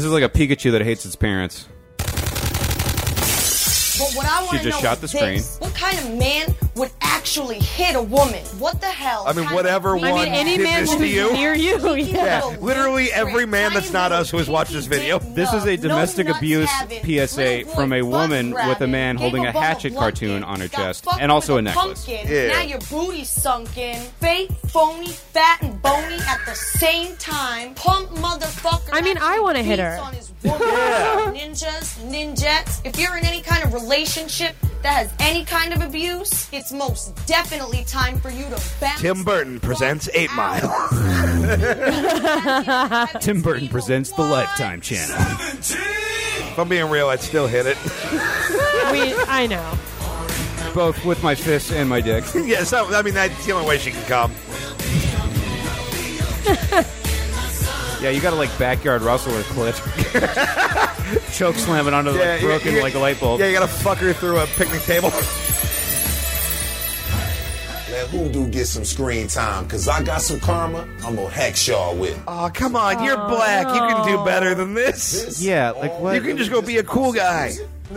is like a Pikachu that hates its parents.
But what I
She
want to
just
know
shot
is
the
this.
screen.
What kind of man would actually hit a woman? What the hell?
I mean,
kind
whatever
of
one did this to you.
Yeah.
literally every man that's not us who has watched this video.
This is a domestic abuse PSA from a woman with a man holding a hatchet cartoon on her chest
fucked
and also a
with
necklace.
Pumpkin. Now your booty's sunk in. Fake, phony, fat, and bony at the same time. Pump motherfucker.
I mean, I want to hit her.
Ninjas, ninjettes. If you're in any kind of relationship that has any kind of abuse, it's most definitely time for you to bounce.
Tim Burton presents Eight Mile.
Tim Burton presents the Lifetime Channel.
If I'm being real, I'd still hit it.
we, I know.
Both with my fists and my dick.
yeah, so, I mean, that's the only way she can come.
Yeah, you gotta like backyard Russell or Cliff. Choke slamming onto the like,
you-
broken
you-
like a light bulb.
Yeah, you gotta fuck her through a picnic table.
Let Hoodoo get some screen time, cause I got some karma I'm gonna hex y'all with.
Oh, come on, you're black. You can do better than this.
Yeah, like what?
You can just go be a cool guy.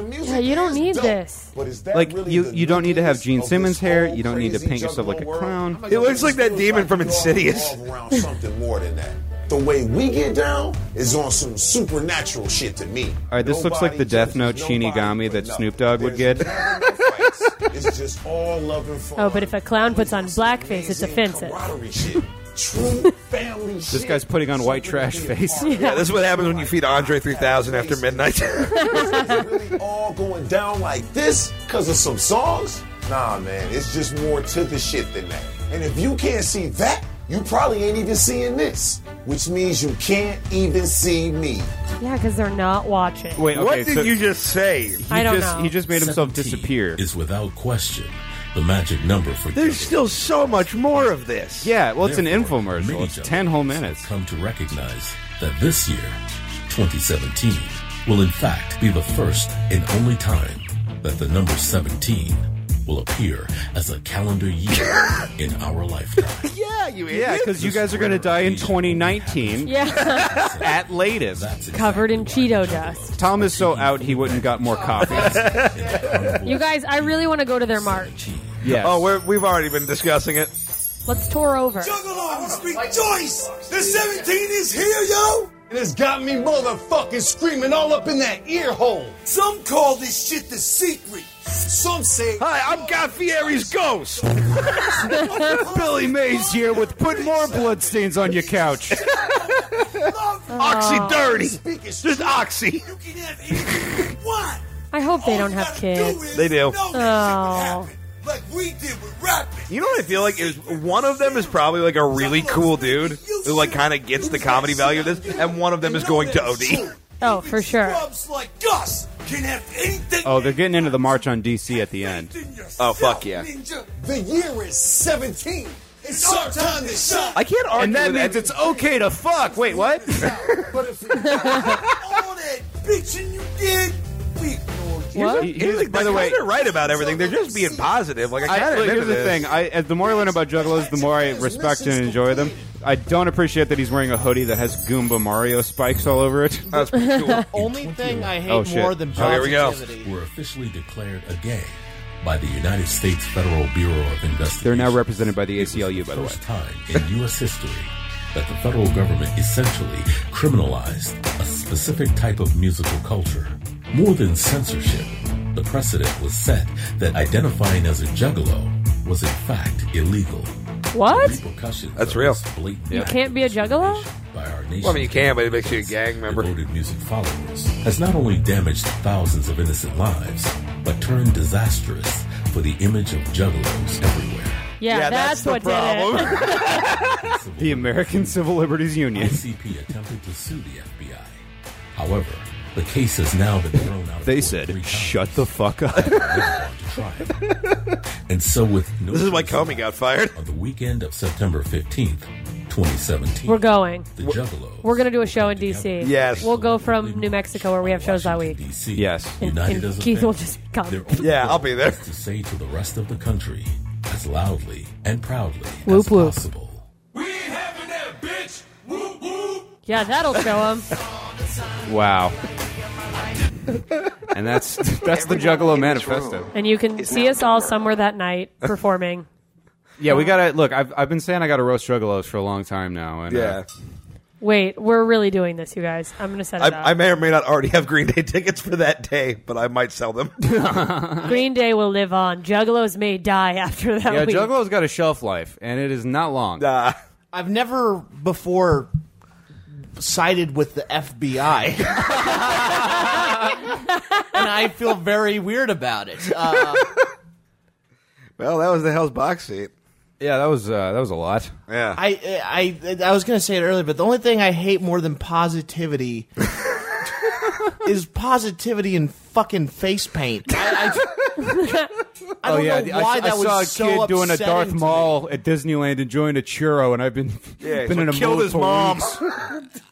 Yeah, you don't need this.
Like you, you don't need to have Gene Simmons hair. You don't need to paint yourself like a clown.
It looks like that demon from Insidious.
Around something more than that. The way we get down is on some supernatural shit to me.
All right, this looks like the Death Note Shinigami that Snoop Dogg would get.
It's just all love and fun.
Oh, but if a clown puts on blackface, it's offensive.
True family
This guy's putting on white trash face.
Yeah, this is what happens when you feed Andre 3000 after midnight. Oh,
all going down like this because of some songs? Nah, man, it's just more to the shit than that. And if you can't see that, you probably ain't even seeing this, which means you can't even see me.
Yeah, because they're not watching.
Wait, okay, so
just say?
I don't
just,
know.
He just made himself
17
disappear.
Is without question the magic number for
There's still so much more of this.
Yeah, well, it's an
Therefore,
infomercial.
many
It's ten whole minutes.
Come to recognize that this year, 2017, will in fact be the first and only time that the number 17 will appear as a calendar year in our lifetime.
yeah, you idiot.
Yeah, because you guys are gonna die in 2019
Yeah.
at latest.
Covered in Cheeto dust.
Tom is so out he wouldn't got more coffee.
You guys, I really want to go to their march.
Yes.
Oh, we're, we've already been discussing it.
Let's tour over.
Juggalos, rejoice! The 17 is here, yo! And it's got me motherfucking screaming all up in that ear hole. Some call this shit the secret. Some say.
Hi, I'm Guy Fieri's ghost!
Billy Mays here with put more bloodstains on your couch.
Uh-huh.
Oxy dirty! Just oxy!
I hope they don't have kids.
They do.
Oh.
You know what I feel like is one of them is probably like a really cool dude who like kind of gets the comedy value of this, and one of them is going to OD.
Oh, for sure.
like Gus can have anything
Oh, they're getting into the march on DC at the end.
Oh fuck yeah!
Ninja, the year is 17. It's our time to shine.
I can't argue.
And that
with
means it's okay to fuck. Wait, what?
But if you all that bitching you did, we ignored you.
Here's
What?
the- here's the-
By the way-
they're right about everything. They're just being positive. Like I
I,
kind of
look, here's the thing. I, as the more I learn about Juggalos, the more I respect and enjoy them. I don't appreciate that he's wearing a hoodie that has Goomba Mario spikes all over it.
That's pretty cool.
Only thing I hate
Oh, shit.
more than
Oh, here we go.
positivity.
Were officially declared a gang by the United States Federal Bureau of Investigation.
They're now represented by the ACLU, by the way.
first time in U.S. history that the federal government essentially criminalized a specific type of musical culture. More than censorship, the precedent was set that identifying as a juggalo was in fact illegal.
What?
Repercussions
That's
of
real.
this blatant
You
act
can't be a juggalo?
by our
Well, I mean, you
nation's
can, but it makes you a gang member.
Devoted music followers has not only damaged thousands of innocent lives, but turned disastrous for the image of juggalos everywhere.
Yeah,
Yeah,
that's,
that's the
what did it.
The American Civil Liberties Union.
ICP attempted to sue the FBI. However, the case has now been thrown out. of
They
court
said,
three
shut the fuck up.
times to trial. and so, with no
This is why Comey got fired.
on the weekend of September fifteenth, twenty seventeen,
We're going.
the Juggalos
We're going to do a show in D.C.
Yes.
We'll go from New Mexico where we have shows that week.
DC
Yes.
united
And
as a
Keith will
family.
just come.
Their only
Yeah, I'll
goal
be there.
is To say to the rest of the country as loudly and proudly
Whoop,
as
whoop.
possible.
Yeah, that'll show him.
Wow. and that's that's the Juggalo manifesto.
And you can see us all somewhere that night performing.
Yeah, we gotta look. I've I've been saying I gotta roast Juggalos for a long time now. And, uh,
Yeah.
Wait, we're really doing this, you guys. I'm going to set it up.
I, I may or may not already have Green Day tickets for that day, but I might sell them.
Green Day will live on. Juggalos may die after
Uh,
that
yeah,
week.
Juggalo's got a shelf life, and it is not long.
I've never before sided with the FBI. and I feel very weird about it. Uh,
well, that was the Hell's box seat.
Yeah, that was uh, that was a lot.
Yeah,
I, I I was gonna say it earlier, but the only thing I hate more than positivity is positivity and fucking face paint. I, I, I don't know
Oh, I,
why
I
that was
saw a
so
kid doing a
upsetting
Darth
to me.
Maul at Disneyland enjoying a churro, and I've been
Yeah, he's
been in
like,
a
"Killed
mood
his
for
mom."
weeks.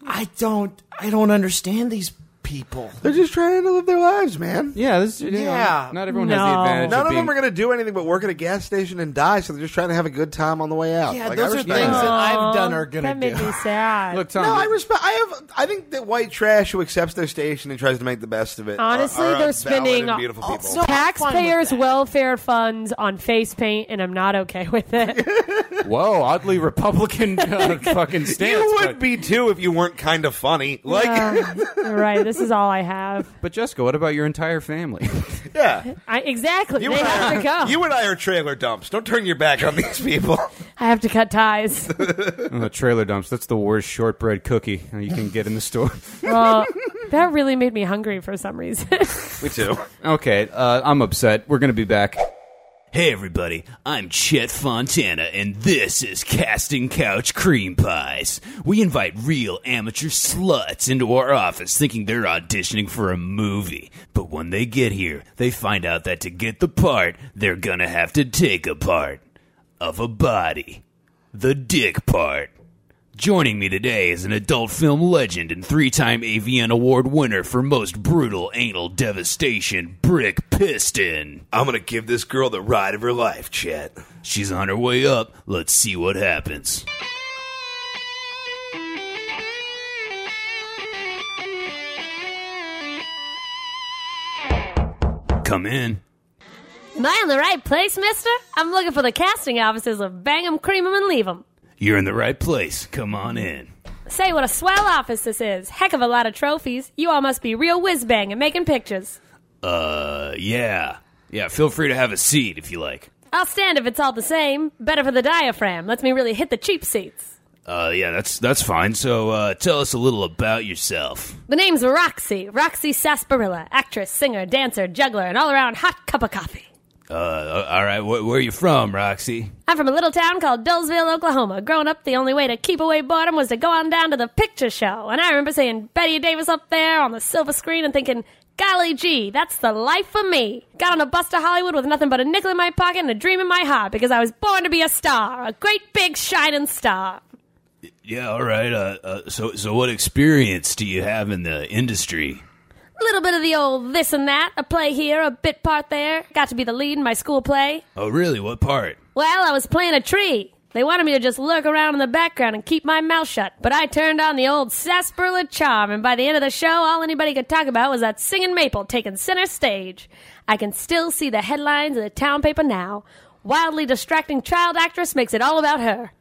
I don't I don't understand these people.
They're just trying to live their lives, man.
Yeah, this,
Yeah. No.
None of,
of
them
being-
are going to do anything but work at a gas station and die, so they're just trying to have a good time on the way out.
Yeah,
Like, I
those are things
respect
that
that.
I've done are gonna
that made
do.
me sad.
Look,
no, I respect. I have. I think that white trash who accepts their station and tries to make the best of it. are-
Honestly,
are a
they're
valid
spending
and beautiful people.
taxpayers' welfare funds on face paint, and I'm not okay with it.
Whoa, oddly Republican uh, fucking stance.
You would
but-
be too if you weren't kind of funny. Like,
Yeah. You're right. This is all I have.
But Jessica, what about your entire family?
yeah,
I, exactly.
you
they
and,
have
I
to go.
are, you and I are trailer dumps. Don't turn your back on these people.
I have to cut ties.
Oh, the trailer dumps. That's the worst shortbread cookie you can get in the store.
well, that really made me hungry for some reason.
We too. Okay, uh, I'm upset. We're gonna be back.
Hey everybody, I'm Chet Fontana and this is Casting Couch Cream Pies. We invite real amateur sluts into our office thinking they're auditioning for a movie. But when they get here, they find out that to get the part, they're gonna have to take a part of a body. The dick part. Joining me today is an adult film legend and three time AVN Award winner for most brutal anal devastation, Brick Piston. I'm gonna give this girl the ride of her life, Chet. She's on her way up. Let's see what happens. Come in.
Am I in the right place, mister? I'm looking for the casting offices of Bang 'em, Cream 'em, and Leave 'em.
You're in the right place. Come on in.
Say what a swell office this is. Heck of a lot of trophies. You all must be real whiz bang and making pictures.
Uh, yeah. Yeah, feel free to have a seat if you like.
I'll stand if it's all the same. Better for the diaphragm. Lets me really hit the cheap seats.
Uh, yeah, that's that's fine. So, uh, tell us a little about yourself.
The name's Roxy. Roxy Sarsaparilla. Actress, singer, dancer, juggler, and all around hot cup of coffee.
Uh, all right, wh- where are you from, Roxy?
I'm from a little town called Dullesville, Oklahoma. Growing up, the only way to keep away boredom was to go on down to the picture show. And I remember seeing Betty Davis up there on the silver screen and thinking, golly gee, that's the life for me. Got on a bus to Hollywood with nothing but a nickel in my pocket and a dream in my heart because I was born to be a star, a great big shining star.
Yeah, all right. Uh, uh, so, so what experience do you have in the industry?
A little bit of the old this and that, a play here, a bit part there. Got to be the lead in my school play.
Oh, really? What part?
Well, I was playing a tree. They wanted me to just lurk around in the background and keep my mouth shut, but I turned on the old sarsaparilla charm, and by the end of the show, all anybody could talk about was that singing maple taking center stage. I can still see the headlines in the town paper now. Wildly distracting child actress makes it all about her.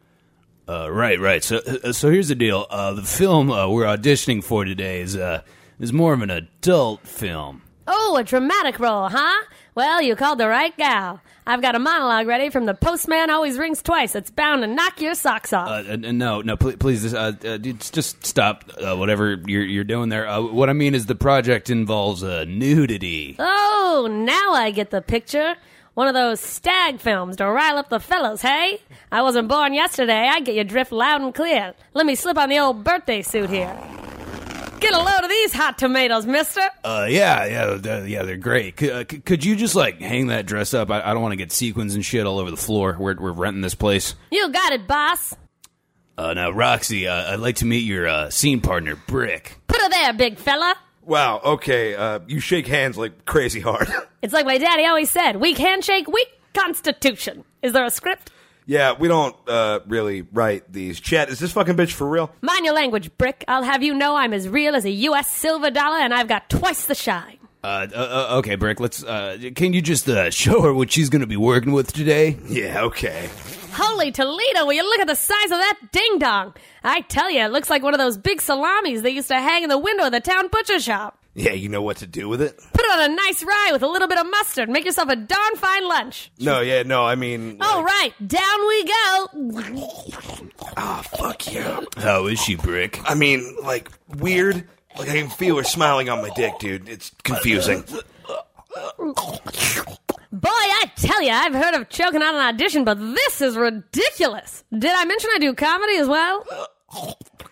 Uh, right, right. So, uh, so here's the deal. Uh, the film uh, we're auditioning for today is uh, is more of an adult film.
Oh, a dramatic role, huh? Well, you called the right gal. I've got a monologue ready from the postman always rings twice. It's bound to knock your socks off.
Uh, uh, no, no, please, please uh, uh, dude, just stop uh, whatever you're you're doing there. Uh, what I mean is the project involves uh, nudity.
Oh, now I get the picture. One of those stag films to rile up the fellows, hey? I wasn't born yesterday. I get you drift loud and clear. Let me slip on the old birthday suit here. Get a load of these hot tomatoes, mister.
Uh, yeah, yeah, they're, yeah, they're great. Could, uh, c- could you just like hang that dress up? I, I don't want to get sequins and shit all over the floor. We're we're renting this place.
You got it, boss.
Uh, now, Roxy, uh, I'd like to meet your uh, scene partner, Brick.
Put her there, big fella.
Wow. Okay. Uh, you shake hands like crazy hard.
It's like my daddy always said weak handshake, weak constitution. Is there a script?
yeah, we don't uh, really write these. Chet, is this fucking bitch for real?
Mind your language, Brick. I'll have you know I'm as real as a U.S. silver dollar and I've got twice the shine.
Uh, uh, uh, okay, Brick. Let's. Uh, can you just uh, show her what she's going to be working with today?
Yeah. Okay.
Holy Toledo, will you look at the size of that ding dong? I tell you, it looks like one of those big salamis they used to hang in the window of the town butcher shop.
Yeah, you know what to do with it?
Put on a nice rye with a little bit of mustard. Make yourself a darn fine lunch.
No, yeah, no, I mean.
All right, down we go.
Ah, Fuck you.
How is she, Brick?
I mean, like, weird. Like, I can feel her smiling on my dick, dude. It's confusing.
Boy, I tell you, I've heard of choking on an audition, but this is ridiculous. Did I mention I do comedy as well?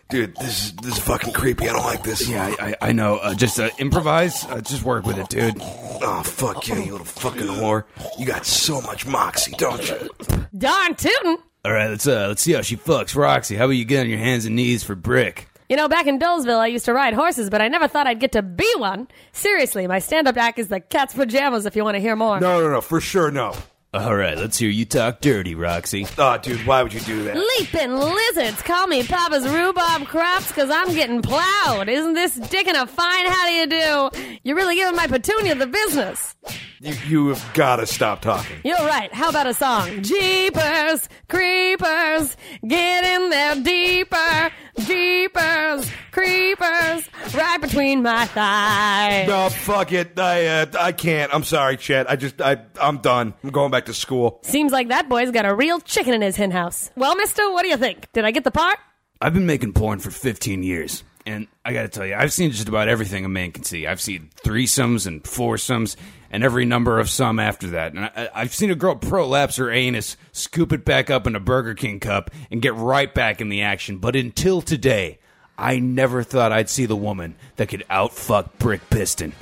Dude, this is, this is fucking creepy. I don't like this.
Yeah, I, I, I know. Uh, just uh, improvise. Uh, just work with it, dude.
Oh, fuck you, you little fucking whore. You got so much moxie, don't you?
Darn tootin'.
All right, let's uh, let's see how she fucks. Roxy, how about you get on your hands and knees for Brick?
You know, back in Dolesville, I used to ride horses, but I never thought I'd get to be one. Seriously, my stand up act is the cat's pajamas if you want to hear more.
No, no, no, for sure, no.
All right, let's hear you talk dirty, Roxy.
Oh, dude, why would you do that?
Leaping lizards, call me Papa's rhubarb crops, cause I'm getting plowed. Isn't this dick in a fine? How do you do? You're really giving my petunia the business.
You, you have got to stop talking.
You're right. How about a song? Jeepers, creepers, get in there deeper. Jeepers, creepers, right between my thighs.
No, fuck it. I uh, I can't. I'm sorry, Chet. I just I I'm done. I'm going back to school.
Seems like that boy's got a real chicken in his hen house. Well, mister, what do you think? Did I get the part?
I've been making porn for 15 years, and I gotta tell you, I've seen just about everything a man can see. I've seen threesomes and foursomes, and every number of some after that. And I, I've seen a girl prolapse her anus, scoop it back up in a Burger King cup, and get right back in the action. But until today, I never thought I'd see the woman that could outfuck Brick Piston.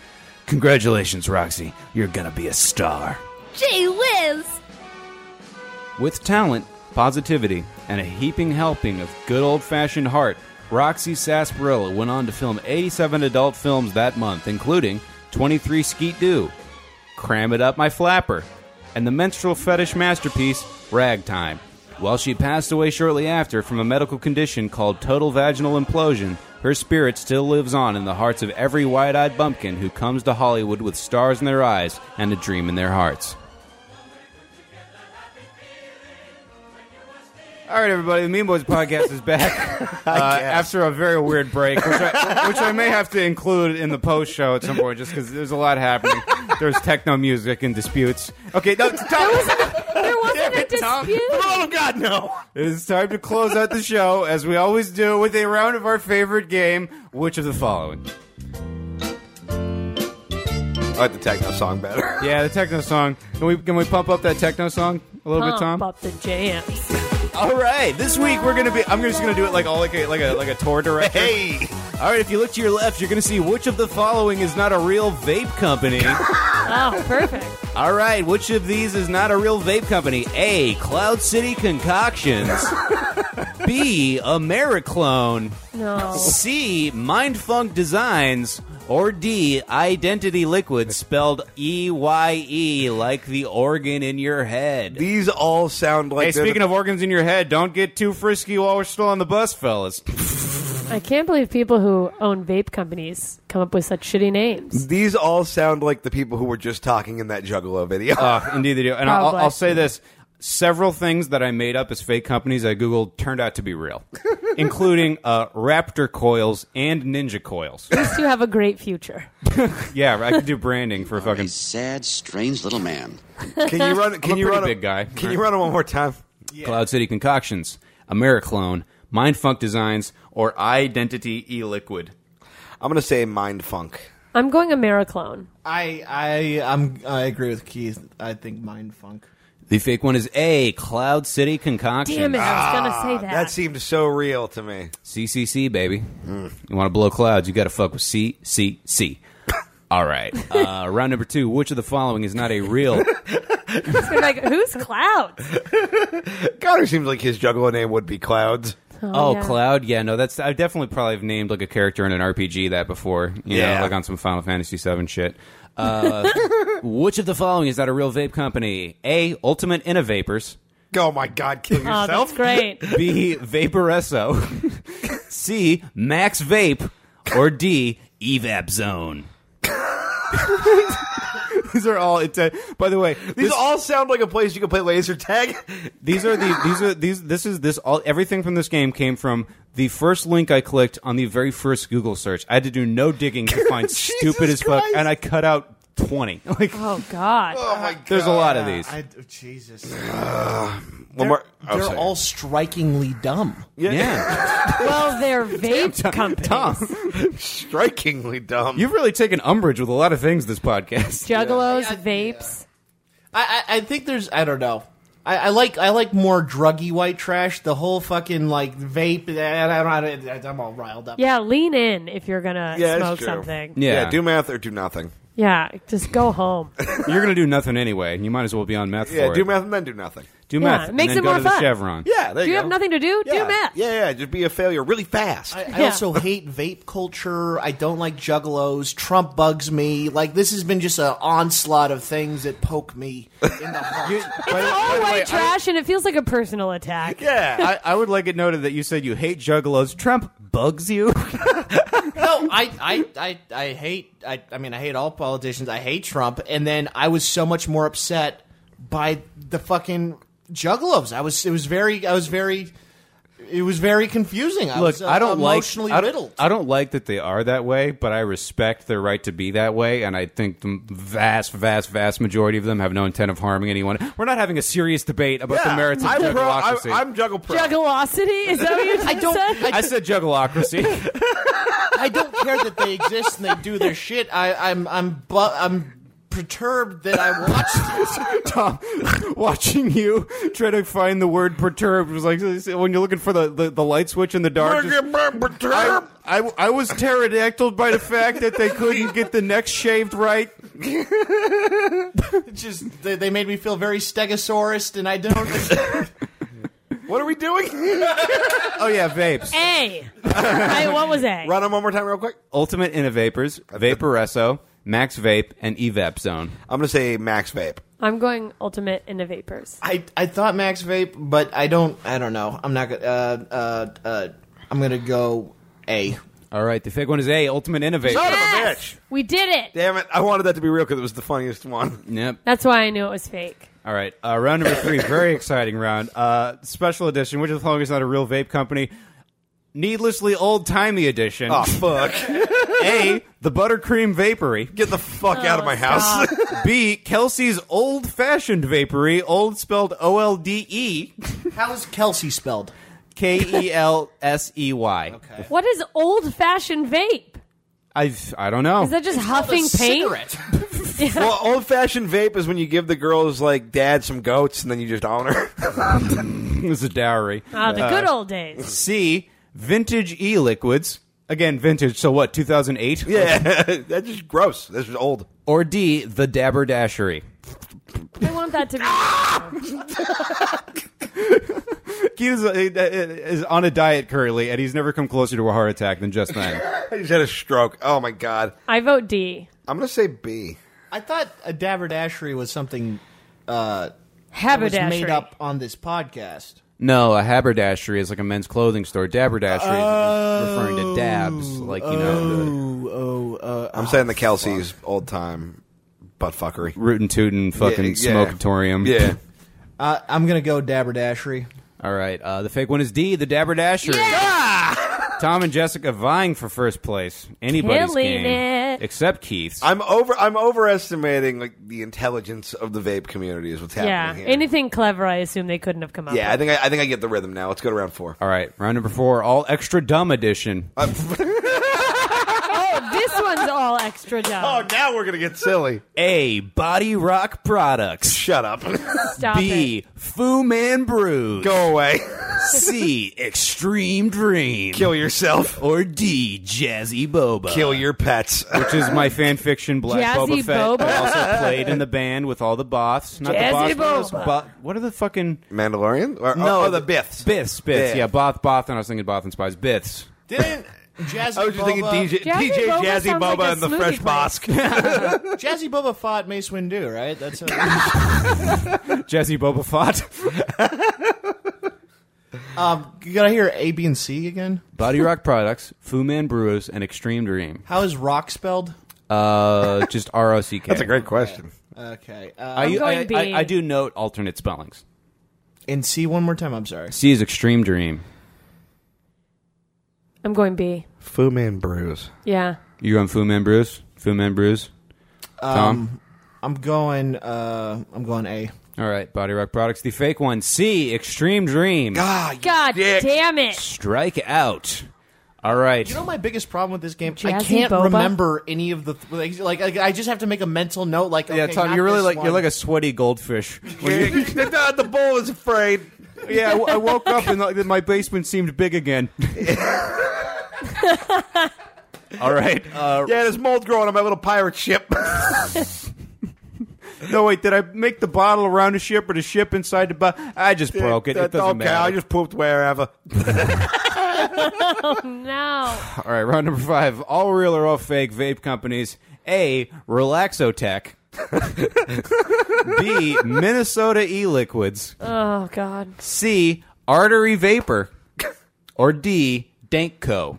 Congratulations, Roxy. You're gonna be a star.
Gee whiz!
With talent, positivity, and a heaping helping of good old fashioned heart, Roxy Sarsaparilla went on to film 87 adult films that month, including 23 Skeet Doo, Cram It Up My Flapper, and the menstrual fetish masterpiece, Ragtime. While she passed away shortly after from a medical condition called total vaginal implosion, her spirit still lives on in the hearts of every wide eyed bumpkin who comes to Hollywood with stars in their eyes and a dream in their hearts. All right, everybody. The Mean Boys podcast is back uh, after a very weird break, which I, which I may have to include in the post show at some point, just because there's a lot happening. There's techno music and disputes. Okay, no, Tom,
There wasn't a dispute.
Oh God, no!
it is time to close out the show as we always do with a round of our favorite game. Which of the following?
I like the techno song better.
Yeah, the techno song. Can we can we pump up that techno song a little bit, Tom?
Pump up the jams.
All right, this week we're gonna be. I'm just gonna do it like all like a like a like a tour director. Hey. All right, if you look to your left, you're gonna see which of the following is not a real vape company.
Oh, perfect.
all right, which of these is not a real vape company? A. Cloud City Concoctions. B. Americlone.
No.
C. Mindfunk Designs. Or D. Identity Liquid, spelled E Y E, like the organ in your head.
These all sound like.
Hey,
they're
speaking
the-
of organs in your head, don't get too frisky while we're still on the bus, fellas.
I can't believe people who own vape companies come up with such shitty names.
these all sound like the people who were just talking in that Juggalo video.
Uh, indeed they do. And I'll,
Probably.
I'll say this. Several things that I made up as fake companies I Googled turned out to be real, including uh, Raptor coils and Ninja coils.
At least you have a great future.
Yeah, I could do branding for a fucking.
Sad, strange little man.
can you run? Can
I'm a
you
pretty
run?
big guy.
Can you run it one more time?
Cloud City Concoctions, Americlone, Mindfunk Designs, or Identity E Liquid.
I'm gonna say mind funk.
I'm going Americlone.
I I I'm I agree with Keith. I think mind funk.
The fake one is A, Cloud City Concoctions.
Damn it, I was going to say that.
That seemed so real to me.
CCC, baby. You want to blow clouds, you got to fuck with CCC. All right. Uh, round number two. Which of the following is not a real?
It's gonna be like, who's Cloud?
Connor seems like his Juggalo name would be Clouds.
Oh,
yeah.
Cloud. Yeah, no, that's. I definitely probably have named like a character in an RPG that before. You
Yeah.
know, like on some Final Fantasy VII shit. Uh, which of the following is not a real vape company? A. Ultimate Innovapors.
Oh my God, kill
Oh,
yourself.
that's great.
B. Vaporesso. C. Max Vape.
Or D, evap zone.
These are all. It's a, by the way,
These
this-
all sound like a place you can play laser tag.
These are the these are these this is this all everything from this game came from the first link I clicked on the very first Google search. I had to do no digging to find stupid as fuck and I cut out 20. Like
oh God. Oh
my
there's a lot of
Yeah,
these.
Uh, I, Jesus.
one
they're
more- oh,
they're
sorry.
all strikingly dumb.
Yeah.
well, they're vape companies.
Strikingly dumb.
You've really taken umbrage with a lot of things this podcast.
Juggalos, vapes.
I, I, I think there's I don't know. I, I like I like more druggy white trash. The whole fucking like vape. I, am all riled up.
Yeah, lean in if you're gonna
Yeah, it's
smoke
true.
something.
Yeah.
do math or do nothing.
Yeah, just go home.
You're going to do nothing anyway. and You might as well be on meth
Yeah,
for
do
it.
math and then do nothing.
Do
Yeah,
meth
it
and
makes
then
it
go
more
to the
fun.
Chevron.
Yeah, there
do you
go.
have nothing to do? Do
Yeah.
math.
Yeah, yeah, just be a failure really fast.
I, I also hate vape culture. I don't like juggalos. Trump bugs me. Like this has been just an onslaught of things that poke me in the heart.
It's all white trash, and it feels like a personal attack.
Yeah, I, I would like it noted that you said you hate juggalos. Trump bugs you.
no, I, I, I, I hate. I, I mean, I hate all politicians. I hate Trump. And then I was so much more upset by the fucking juggalos. I was. It was very. I was very. It was very confusing. I
Look,
was, uh,
I don't
emotionally
like I don't-
riddled.
I don't like that they are that way, but I respect their right to be that way, and I think the vast, vast, vast majority of them have no intent of harming anyone. We're not having a serious debate about the merits of
I'm pro-
juggalocracy.
I, am juggle pro.
Juggalosity? Is that what you just
I don't-
said?
I-
I said juggalocracy.
I don't care that they exist and they do their shit. I, I'm. I'm. Bu- I'm perturbed that I watched this.
Tom, watching you try to find the word perturbed was like when you're looking for the, the, the light switch in the dark. just- I, I, I was pterodactyled by the fact that they couldn't get the neck shaved right.
It just they, they made me feel very stegosaurus, and I don't.
What are we doing?
Oh yeah, vapes.
A. I, what was A?
Run them one more time, real quick.
Ultimate Innovapors, Vaporesso, Max Vape, and Evap Zone.
I'm gonna say Max Vape.
I'm going ultimate in the vapors.
I, I thought Max Vape, but I don't. I don't know. I'm not gonna. Uh, uh, uh, I'm gonna go A.
All right, the fake one is A, Ultimate Innovator.
Son of a
Yes!
bitch.
We did it.
Damn it! I wanted that to be real because it was the funniest one.
Yep.
That's why I knew it was fake.
All right, uh, round number three, very exciting round. Uh, special edition, which is long is not a real vape company. Needlessly old timey edition.
Oh fuck!
A, the buttercream vapory.
Get the fuck
Oh,
out of my house.
B, Kelsey's old fashioned vapory, old spelled O L D E,
How is Kelsey spelled?
K E L S E Y. Okay.
What is old fashioned vape?
I I don't know.
Is that just huffing paint?
well, old fashioned vape is when you give the girls like dad some goats and then you just own her.
it's a dowry.
Oh, the
Uh,
good old days.
C, vintage e liquids. Again, vintage. So what, 2008?
yeah, that's just gross. This is old.
Or D, the dabberdashery.
I want that to be.
Keith is, uh, is on a diet currently, and he's never come closer to a heart attack than just then.
I just had a stroke. Oh my god!
I vote D.
I'm gonna say B.
I thought a dabberdashery was something uh, that was
Haberdashery.
made up on this podcast.
no, a haberdashery is like a men's clothing store. Dabberdashery is referring to dabs, like you know, the
Oh, uh,
I'm saying the Kelsey's old time butt fuckery.
rootin' tootin' fucking
Yeah, yeah.
smokatorium.
Yeah.
uh, I'm gonna go dabberdashery.
All right, uh, the fake one is D, the dabberdashery. Tom and Jessica vying for first place. Anybody's
Killing
game,
it.
except Keith's.
I'm over. I'm overestimating like the intelligence of the vape community is what's
Yeah.
happening here.
Anything clever, I assume they couldn't have come up
yeah, I
with.
think I, I think I get the rhythm now. Let's go to round four.
All right, round number four, all extra dumb edition.
oh, this one's all extra dumb.
Oh, now we're gonna get silly.
A. Body Rock Products.
Shut up.
Stop
B. Fu Man Brews.
go away.
C. Extreme Dream.
Kill yourself.
Or D. Jazzy Boba.
Kill your pets.
Which is my fan fiction Black
Jazzy
Boba Fett.
Boba?
I also played in the band with all the boths. Not
Jazzy
the boths,
Boba.
Bo- what are the fucking
Mandalorian? Or,
No,
oh, oh, the Biths.
Biths? Biths.
Yeah.
Yeah, Both Both. And I was thinking Both and Spies. Biths.
Didn't Jazzy
I was just thinking
Boba,
DJ,
Jazzy
DJ
Boba
Jazzy
sounds
Boba
like a
and the
smoothie
Fresh
place.
Mosque.
Jazzy Boba fought Mace Windu, right? That's a,
Jazzy Boba Fett.
um. You gotta hear A, B, and C again.
Body Rock Products, Fu Man Brews, and Extreme Dream.
How is rock spelled?
Uh, just R O C K.
That's a great question.
Okay. Uh,
I, I- I- I do note alternate spellings.
And C one more time. I'm sorry.
C is Extreme Dream.
I'm going B.
Fu Man Brews.
Yeah.
You on Fu Man Brews? Fu Man Brews? Tom?
Um, I'm going. Uh, I'm going A.
All right, Body Rock Products, the fake one. C, Extreme Dream.
God,
God damn it.
Strike out. All right.
You know my biggest problem with this game? I
Jazzy
can't
Boba?
remember any of the th- like, like. I just have to make a mental note. Like,
yeah,
okay,
Tom,
not
you're really
this
like
one.
you're like a sweaty goldfish.
the, the bull is afraid.
yeah, I, I woke up and like, my basement seemed big again. All right. Uh,
yeah, there's mold growing on my little pirate ship.
no, wait. Did I make the bottle around the ship or the ship inside the bottle? I just broke it. It
That's
doesn't
okay,
matter.
I just pooped wherever.
oh no.
All right, round number five. All real or all fake vape companies. A. Relaxotech. B. Minnesota e liquids.
Oh God.
C. Artery vapor. Or D. Dankco.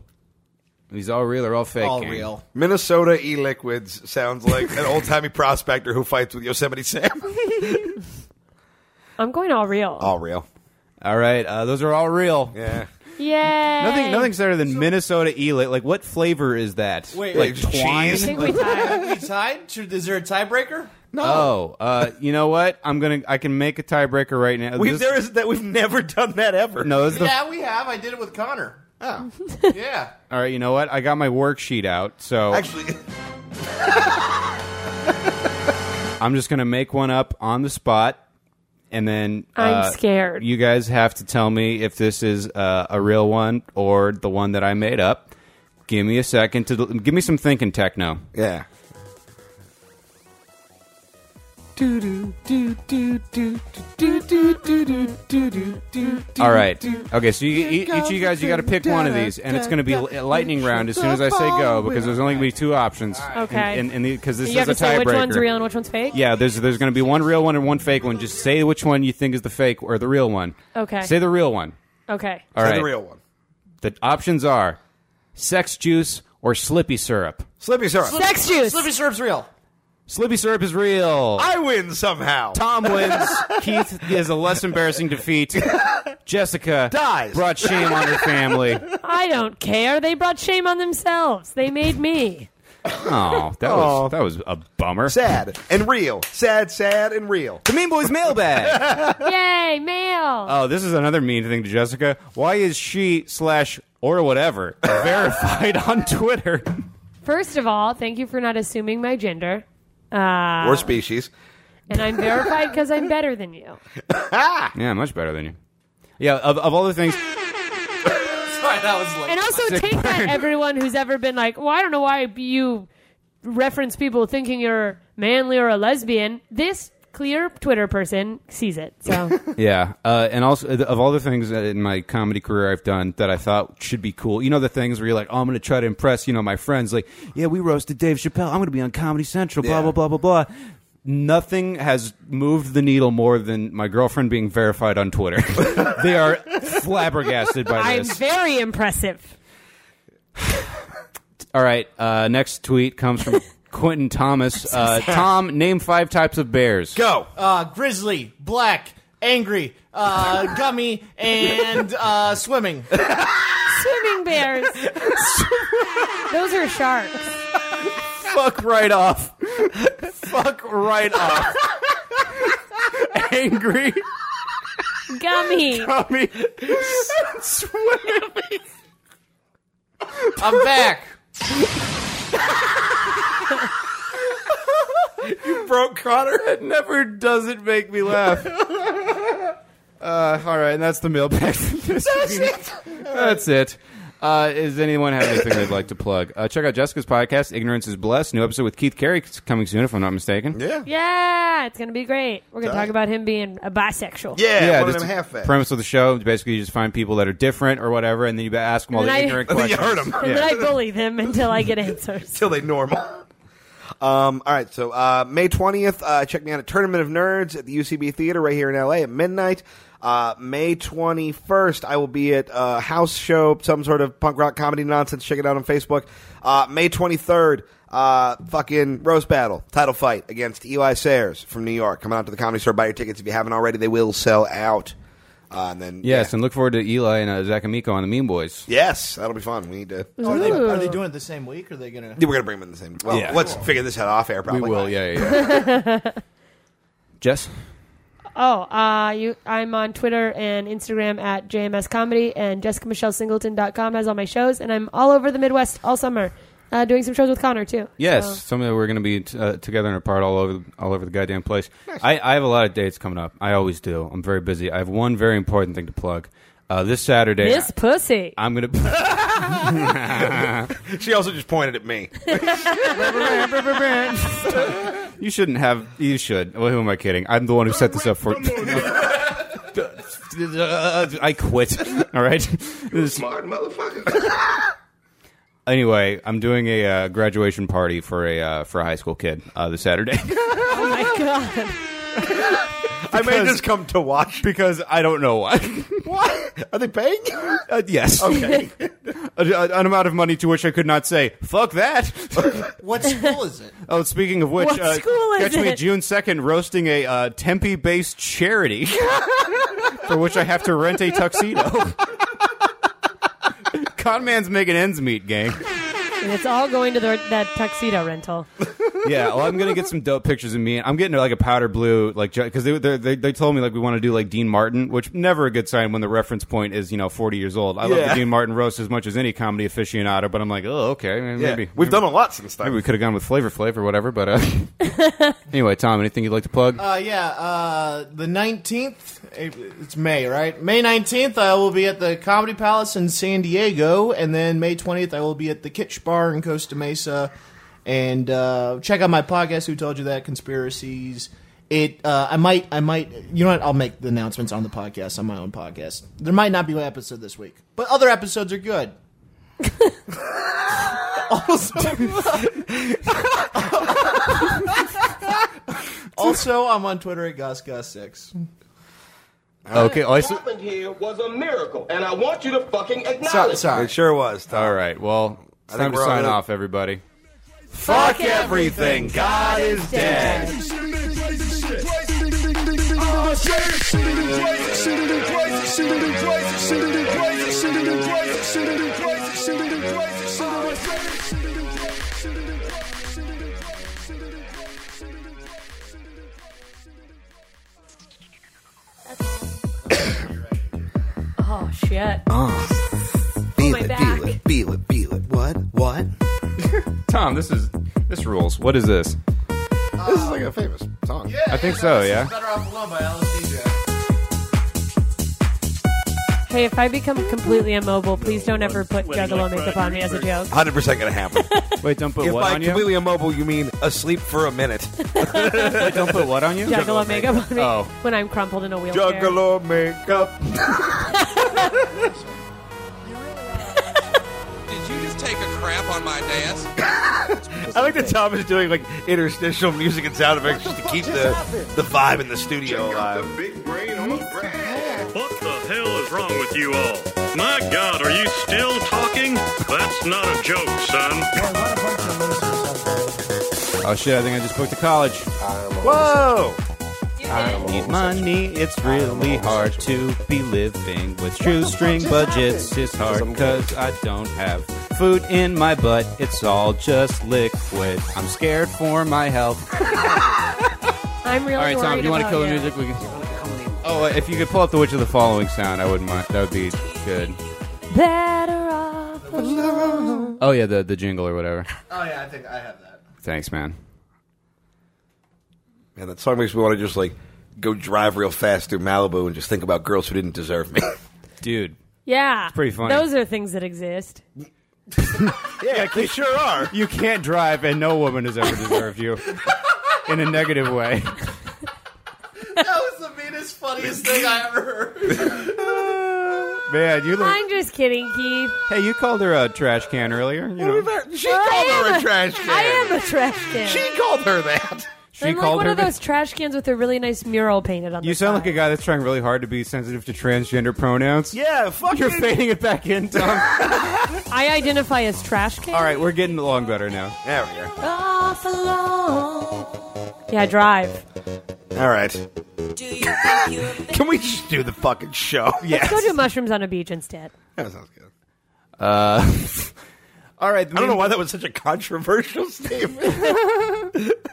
These all real or all fake?
All
gang?
real.
Minnesota e liquids sounds like an old timey prospector who fights with Yosemite Sam.
I'm going all real.
All real.
All right, uh, those are all real.
Yeah.
Yay.
Nothing, nothing's better than Minnesota e liquid. Like, what flavor is that?
Wait,
like
wait,
twine.
cheese?
Like-
we tied? Should- Is there a tiebreaker?
Oh, uh, you know what? I'm gonna. I can make a tiebreaker right now.
We,
This-
there is that we've never done that ever.
no, this is the
yeah, we have. I did it with Connor. Oh, yeah.
All right, you know what? I got my worksheet out, so
actually,
I'm just gonna make one up on the spot, and then
I'm
uh,
scared.
You guys have to tell me if this is uh, a real one or the one that I made up. Give me a second to give me some thinking techno.
Yeah.
All right. Okay, so you, each of you guys, you got to pick one of these, and it's going to be a lightning round as soon as I say go, because there's only going to be two options.
Okay.
And because this
you
is
have
a
to say
tiebreaker.
which one's real and which one's fake.
Yeah, there's there's going to be one real one and one fake one. Just say which one you think is the fake or the real one.
Okay.
Say the real one.
Okay.
All right.
the real one.
The options are sex juice or slippy syrup.
Slippy syrup.
Sex juice.
Slippy syrup's real.
Slippy syrup is real.
I win somehow.
Tom wins. Keith is a less embarrassing defeat. Jessica
Dies.
Brought shame on her family.
I don't care. They brought shame on themselves. They made me.
Oh, that
Aw.
was that was a bummer.
Sad and real. Sad, sad, and real.
The Mean Boys mailbag.
Yay, mail.
oh, this is another mean thing to Jessica. Why is she slash or whatever verified on Twitter?
First of all, thank you for not assuming my gender. Uh,
or species.
and I'm verified because I'm better than you.
Yeah, much better than you. Yeah, of, of all the things.
Sorry, that was like.
And also
Sick
take that,
burn.
everyone who's ever been like, well, I don't know why you reference people thinking you're manly or a lesbian. This clear Twitter person sees it. So
Yeah, uh, and also uh, of all the things that in my comedy career I've done that I thought should be cool. You know the things where you're like, oh, I'm going to try to impress, you know, my friends. Like, yeah, we roasted Dave Chappelle. I'm going to be on Comedy Central. Blah
Yeah.
blah blah blah blah. Nothing has moved the needle more than my girlfriend being verified on Twitter. they are flabbergasted by
I'm
this.
very impressive.
All right, uh, next tweet comes from Quentin Thomas. Uh, Tom, name five types of bears.
Go.
Uh, grizzly, black, angry, uh, gummy, and uh, swimming.
Swimming bears. Those are sharks.
fuck right off. fuck right off. Angry.
Gummy.
Tommy.
I'm back.
Broke Connor.
It never doesn't make me laugh. Uh, all right, and that's the mailbag. That's it. That's it. Uh, is anyone have anything they'd like to plug? Uh, check out Jessica's podcast, "Ignorance Is Bliss." New episode with Keith Carey coming soon, if I'm not mistaken.
Yeah.
Yeah, it's gonna be great. We're gonna
Sorry.
talk about him being a bisexual.
Yeah, one of
just
them
the
half
premise of the show. Basically, you just find people that are different or whatever, and then you ask them all
And
the
I-
ignorant
You
questions.
heard 'em.
And then I bully them until I get answers.
Till they normal. Um, all right, so uh, May 20th, uh, check me out at Tournament of Nerds at the UCB Theater right here in LA at midnight. Uh, May 21st, I will be at a house show, some sort of punk rock comedy nonsense. Check it out on Facebook. Uh, May 23rd, uh, fucking roast battle, title fight against Eli Sayers from New York. Come out to the comedy store, buy your tickets. If you haven't already, they will sell out. Uh, and then,
Yes, and look forward to Eli and uh, Zach and Miko on the Mean Boys.
yes, that'll be fun. We need to.
Are they, are they doing it the same week? Or are they gonna?
Yeah, we're gonna bring them in the same. Well,
Yeah.
let's figure this out off air. Probably
We will, yeah, yeah, yeah. Jess?
Oh, uh, you, I'm on Twitter and Instagram at JMS Comedy, and JessicaMichelleSingleton.com has all my shows, and I'm all over the Midwest all summer uh, doing some shows with Connor, too.
Yes,
So-
something that we're going to be t- uh, together and apart all over all over the goddamn place. I, I have a lot of dates coming up. I always do. I'm very busy. I have one very important thing to plug. Uh, this Saturday,
This pussy.
I'm going to.
she also just pointed at me.
you shouldn't have. You should. Well, who am I kidding? I'm the one who set this up for. I quit. All right. This-
Smart motherfucker.
Anyway, I'm doing a uh, graduation party for a uh, for a high school kid uh, this Saturday.
oh my god.
I may just come to watch
because I don't know why.
what? Are they paying?
Uh, yes.
Okay.
A- a- an amount of money to which I could not say. Fuck that.
What school is it?
oh, speaking of which,
What
uh,
school is
catch me
it?
June second roasting a uh, Tempe-based charity for which I have to rent a tuxedo. Con man's making ends meet, gang.
And it's all going to the, that tuxedo rental.
yeah, well, I'm gonna get some dope pictures of me. I'm getting like a powder blue, like because they, they they they told me like we want to do like Dean Martin, which never a good sign when the reference point is you know 40 years old. I love
Yeah.
the Dean Martin roast as much as any comedy aficionado, but I'm like, oh okay, maybe,
Yeah.
maybe
We've done a lot since then.
Maybe we could have gone with Flavor Flav or whatever. But uh, anyway, Tom, anything you'd like to plug?
Uh, yeah, uh, the 19th, April- it's May, right? May 19th, I will be at the Comedy Palace in San Diego, and then May 20th, I will be at the Kitsch Bar in Costa Mesa. And uh, check out my podcast, Who Told You That? Conspiracies. It, uh, I might, I might, you know what? I'll make the announcements on the podcast, on my own podcast. There might not be an episode this week, but other episodes are good. Also, I'm on Twitter at GusGus6.
Okay, well, I see-
happened here was a miracle, and I want you to fucking acknowledge.
It sure was. All right. Well, it's
I
time
think
to
we're all
sign
good.
off, everybody.
Fuck everything. God is dead.
Oh, shit.
Uh,
Oh,
feel
my
it,
back.
feel it, feel it, feel it. What? What?
Tom, this is this rules. What is this?
This is like a famous song.
I think so. Yeah.
Hey, if I become completely immobile, please don't ever put Juggalo Makeup on me as a joke.
100% gonna happen.
Wait, don't put
if
what
by
on you?
completely immobile you mean asleep for a minute.
Wait, don't put what on you?
Juggalo Makeup on me
Oh.
when I'm crumpled in a wheelchair.
Juggalo makeup.
Did you just take a crap on my desk?
I like that Tom is doing like interstitial music and sound effects just to keep the, the vibe in the studio alive.
What the hell is wrong with you all? My God, are you still talking? That's not a joke, son.
Oh shit! I think I just booked a college.
Whoa!
I need money. It's really hard to be living with shoestring budgets. It's hard because I don't have food in my butt. It's all just liquid. I'm scared for my health.
I'm really
all right, Tom,
worried
do you want to
about
kill the music? We can. Oh, uh, if you could pull up the which of the following sound, I wouldn't mind. That would be good.
Better off alone.
Oh yeah, the the jingle or whatever.
Oh, yeah, I think I have that.
Thanks, man.
Man, that song makes me want to just like go drive real fast through Malibu and just think about girls who didn't deserve me.
Dude.
Yeah.
It's pretty funny.
Those are things that exist.
Yeah, they sure are.
You can't drive, and no woman has ever deserved you in a negative way.
That was the meanest, funniest thing I ever heard.
Man, you look.
I'm just kidding, Keith.
Hey, you called her a trash can earlier. You know.
She
Well, I
called her
am
a trash can.
I am a trash can.
She called her that.
She
I'm like
called
one
her
of
that?
those trash cans with a really nice mural painted on.
You
the
sound
side.
like a guy that's trying really hard to be sensitive to transgender pronouns.
Yeah, fuck
You're fading it back in, Tom.
I identify as trash can.
All right, we're getting along better now.
There we go.
Buffalo. Yeah, drive.
All right. Can we just do the fucking show?
Let's go do mushrooms on a beach instead.
That sounds good.
Uh, all right.
I don't know why that was such a controversial statement.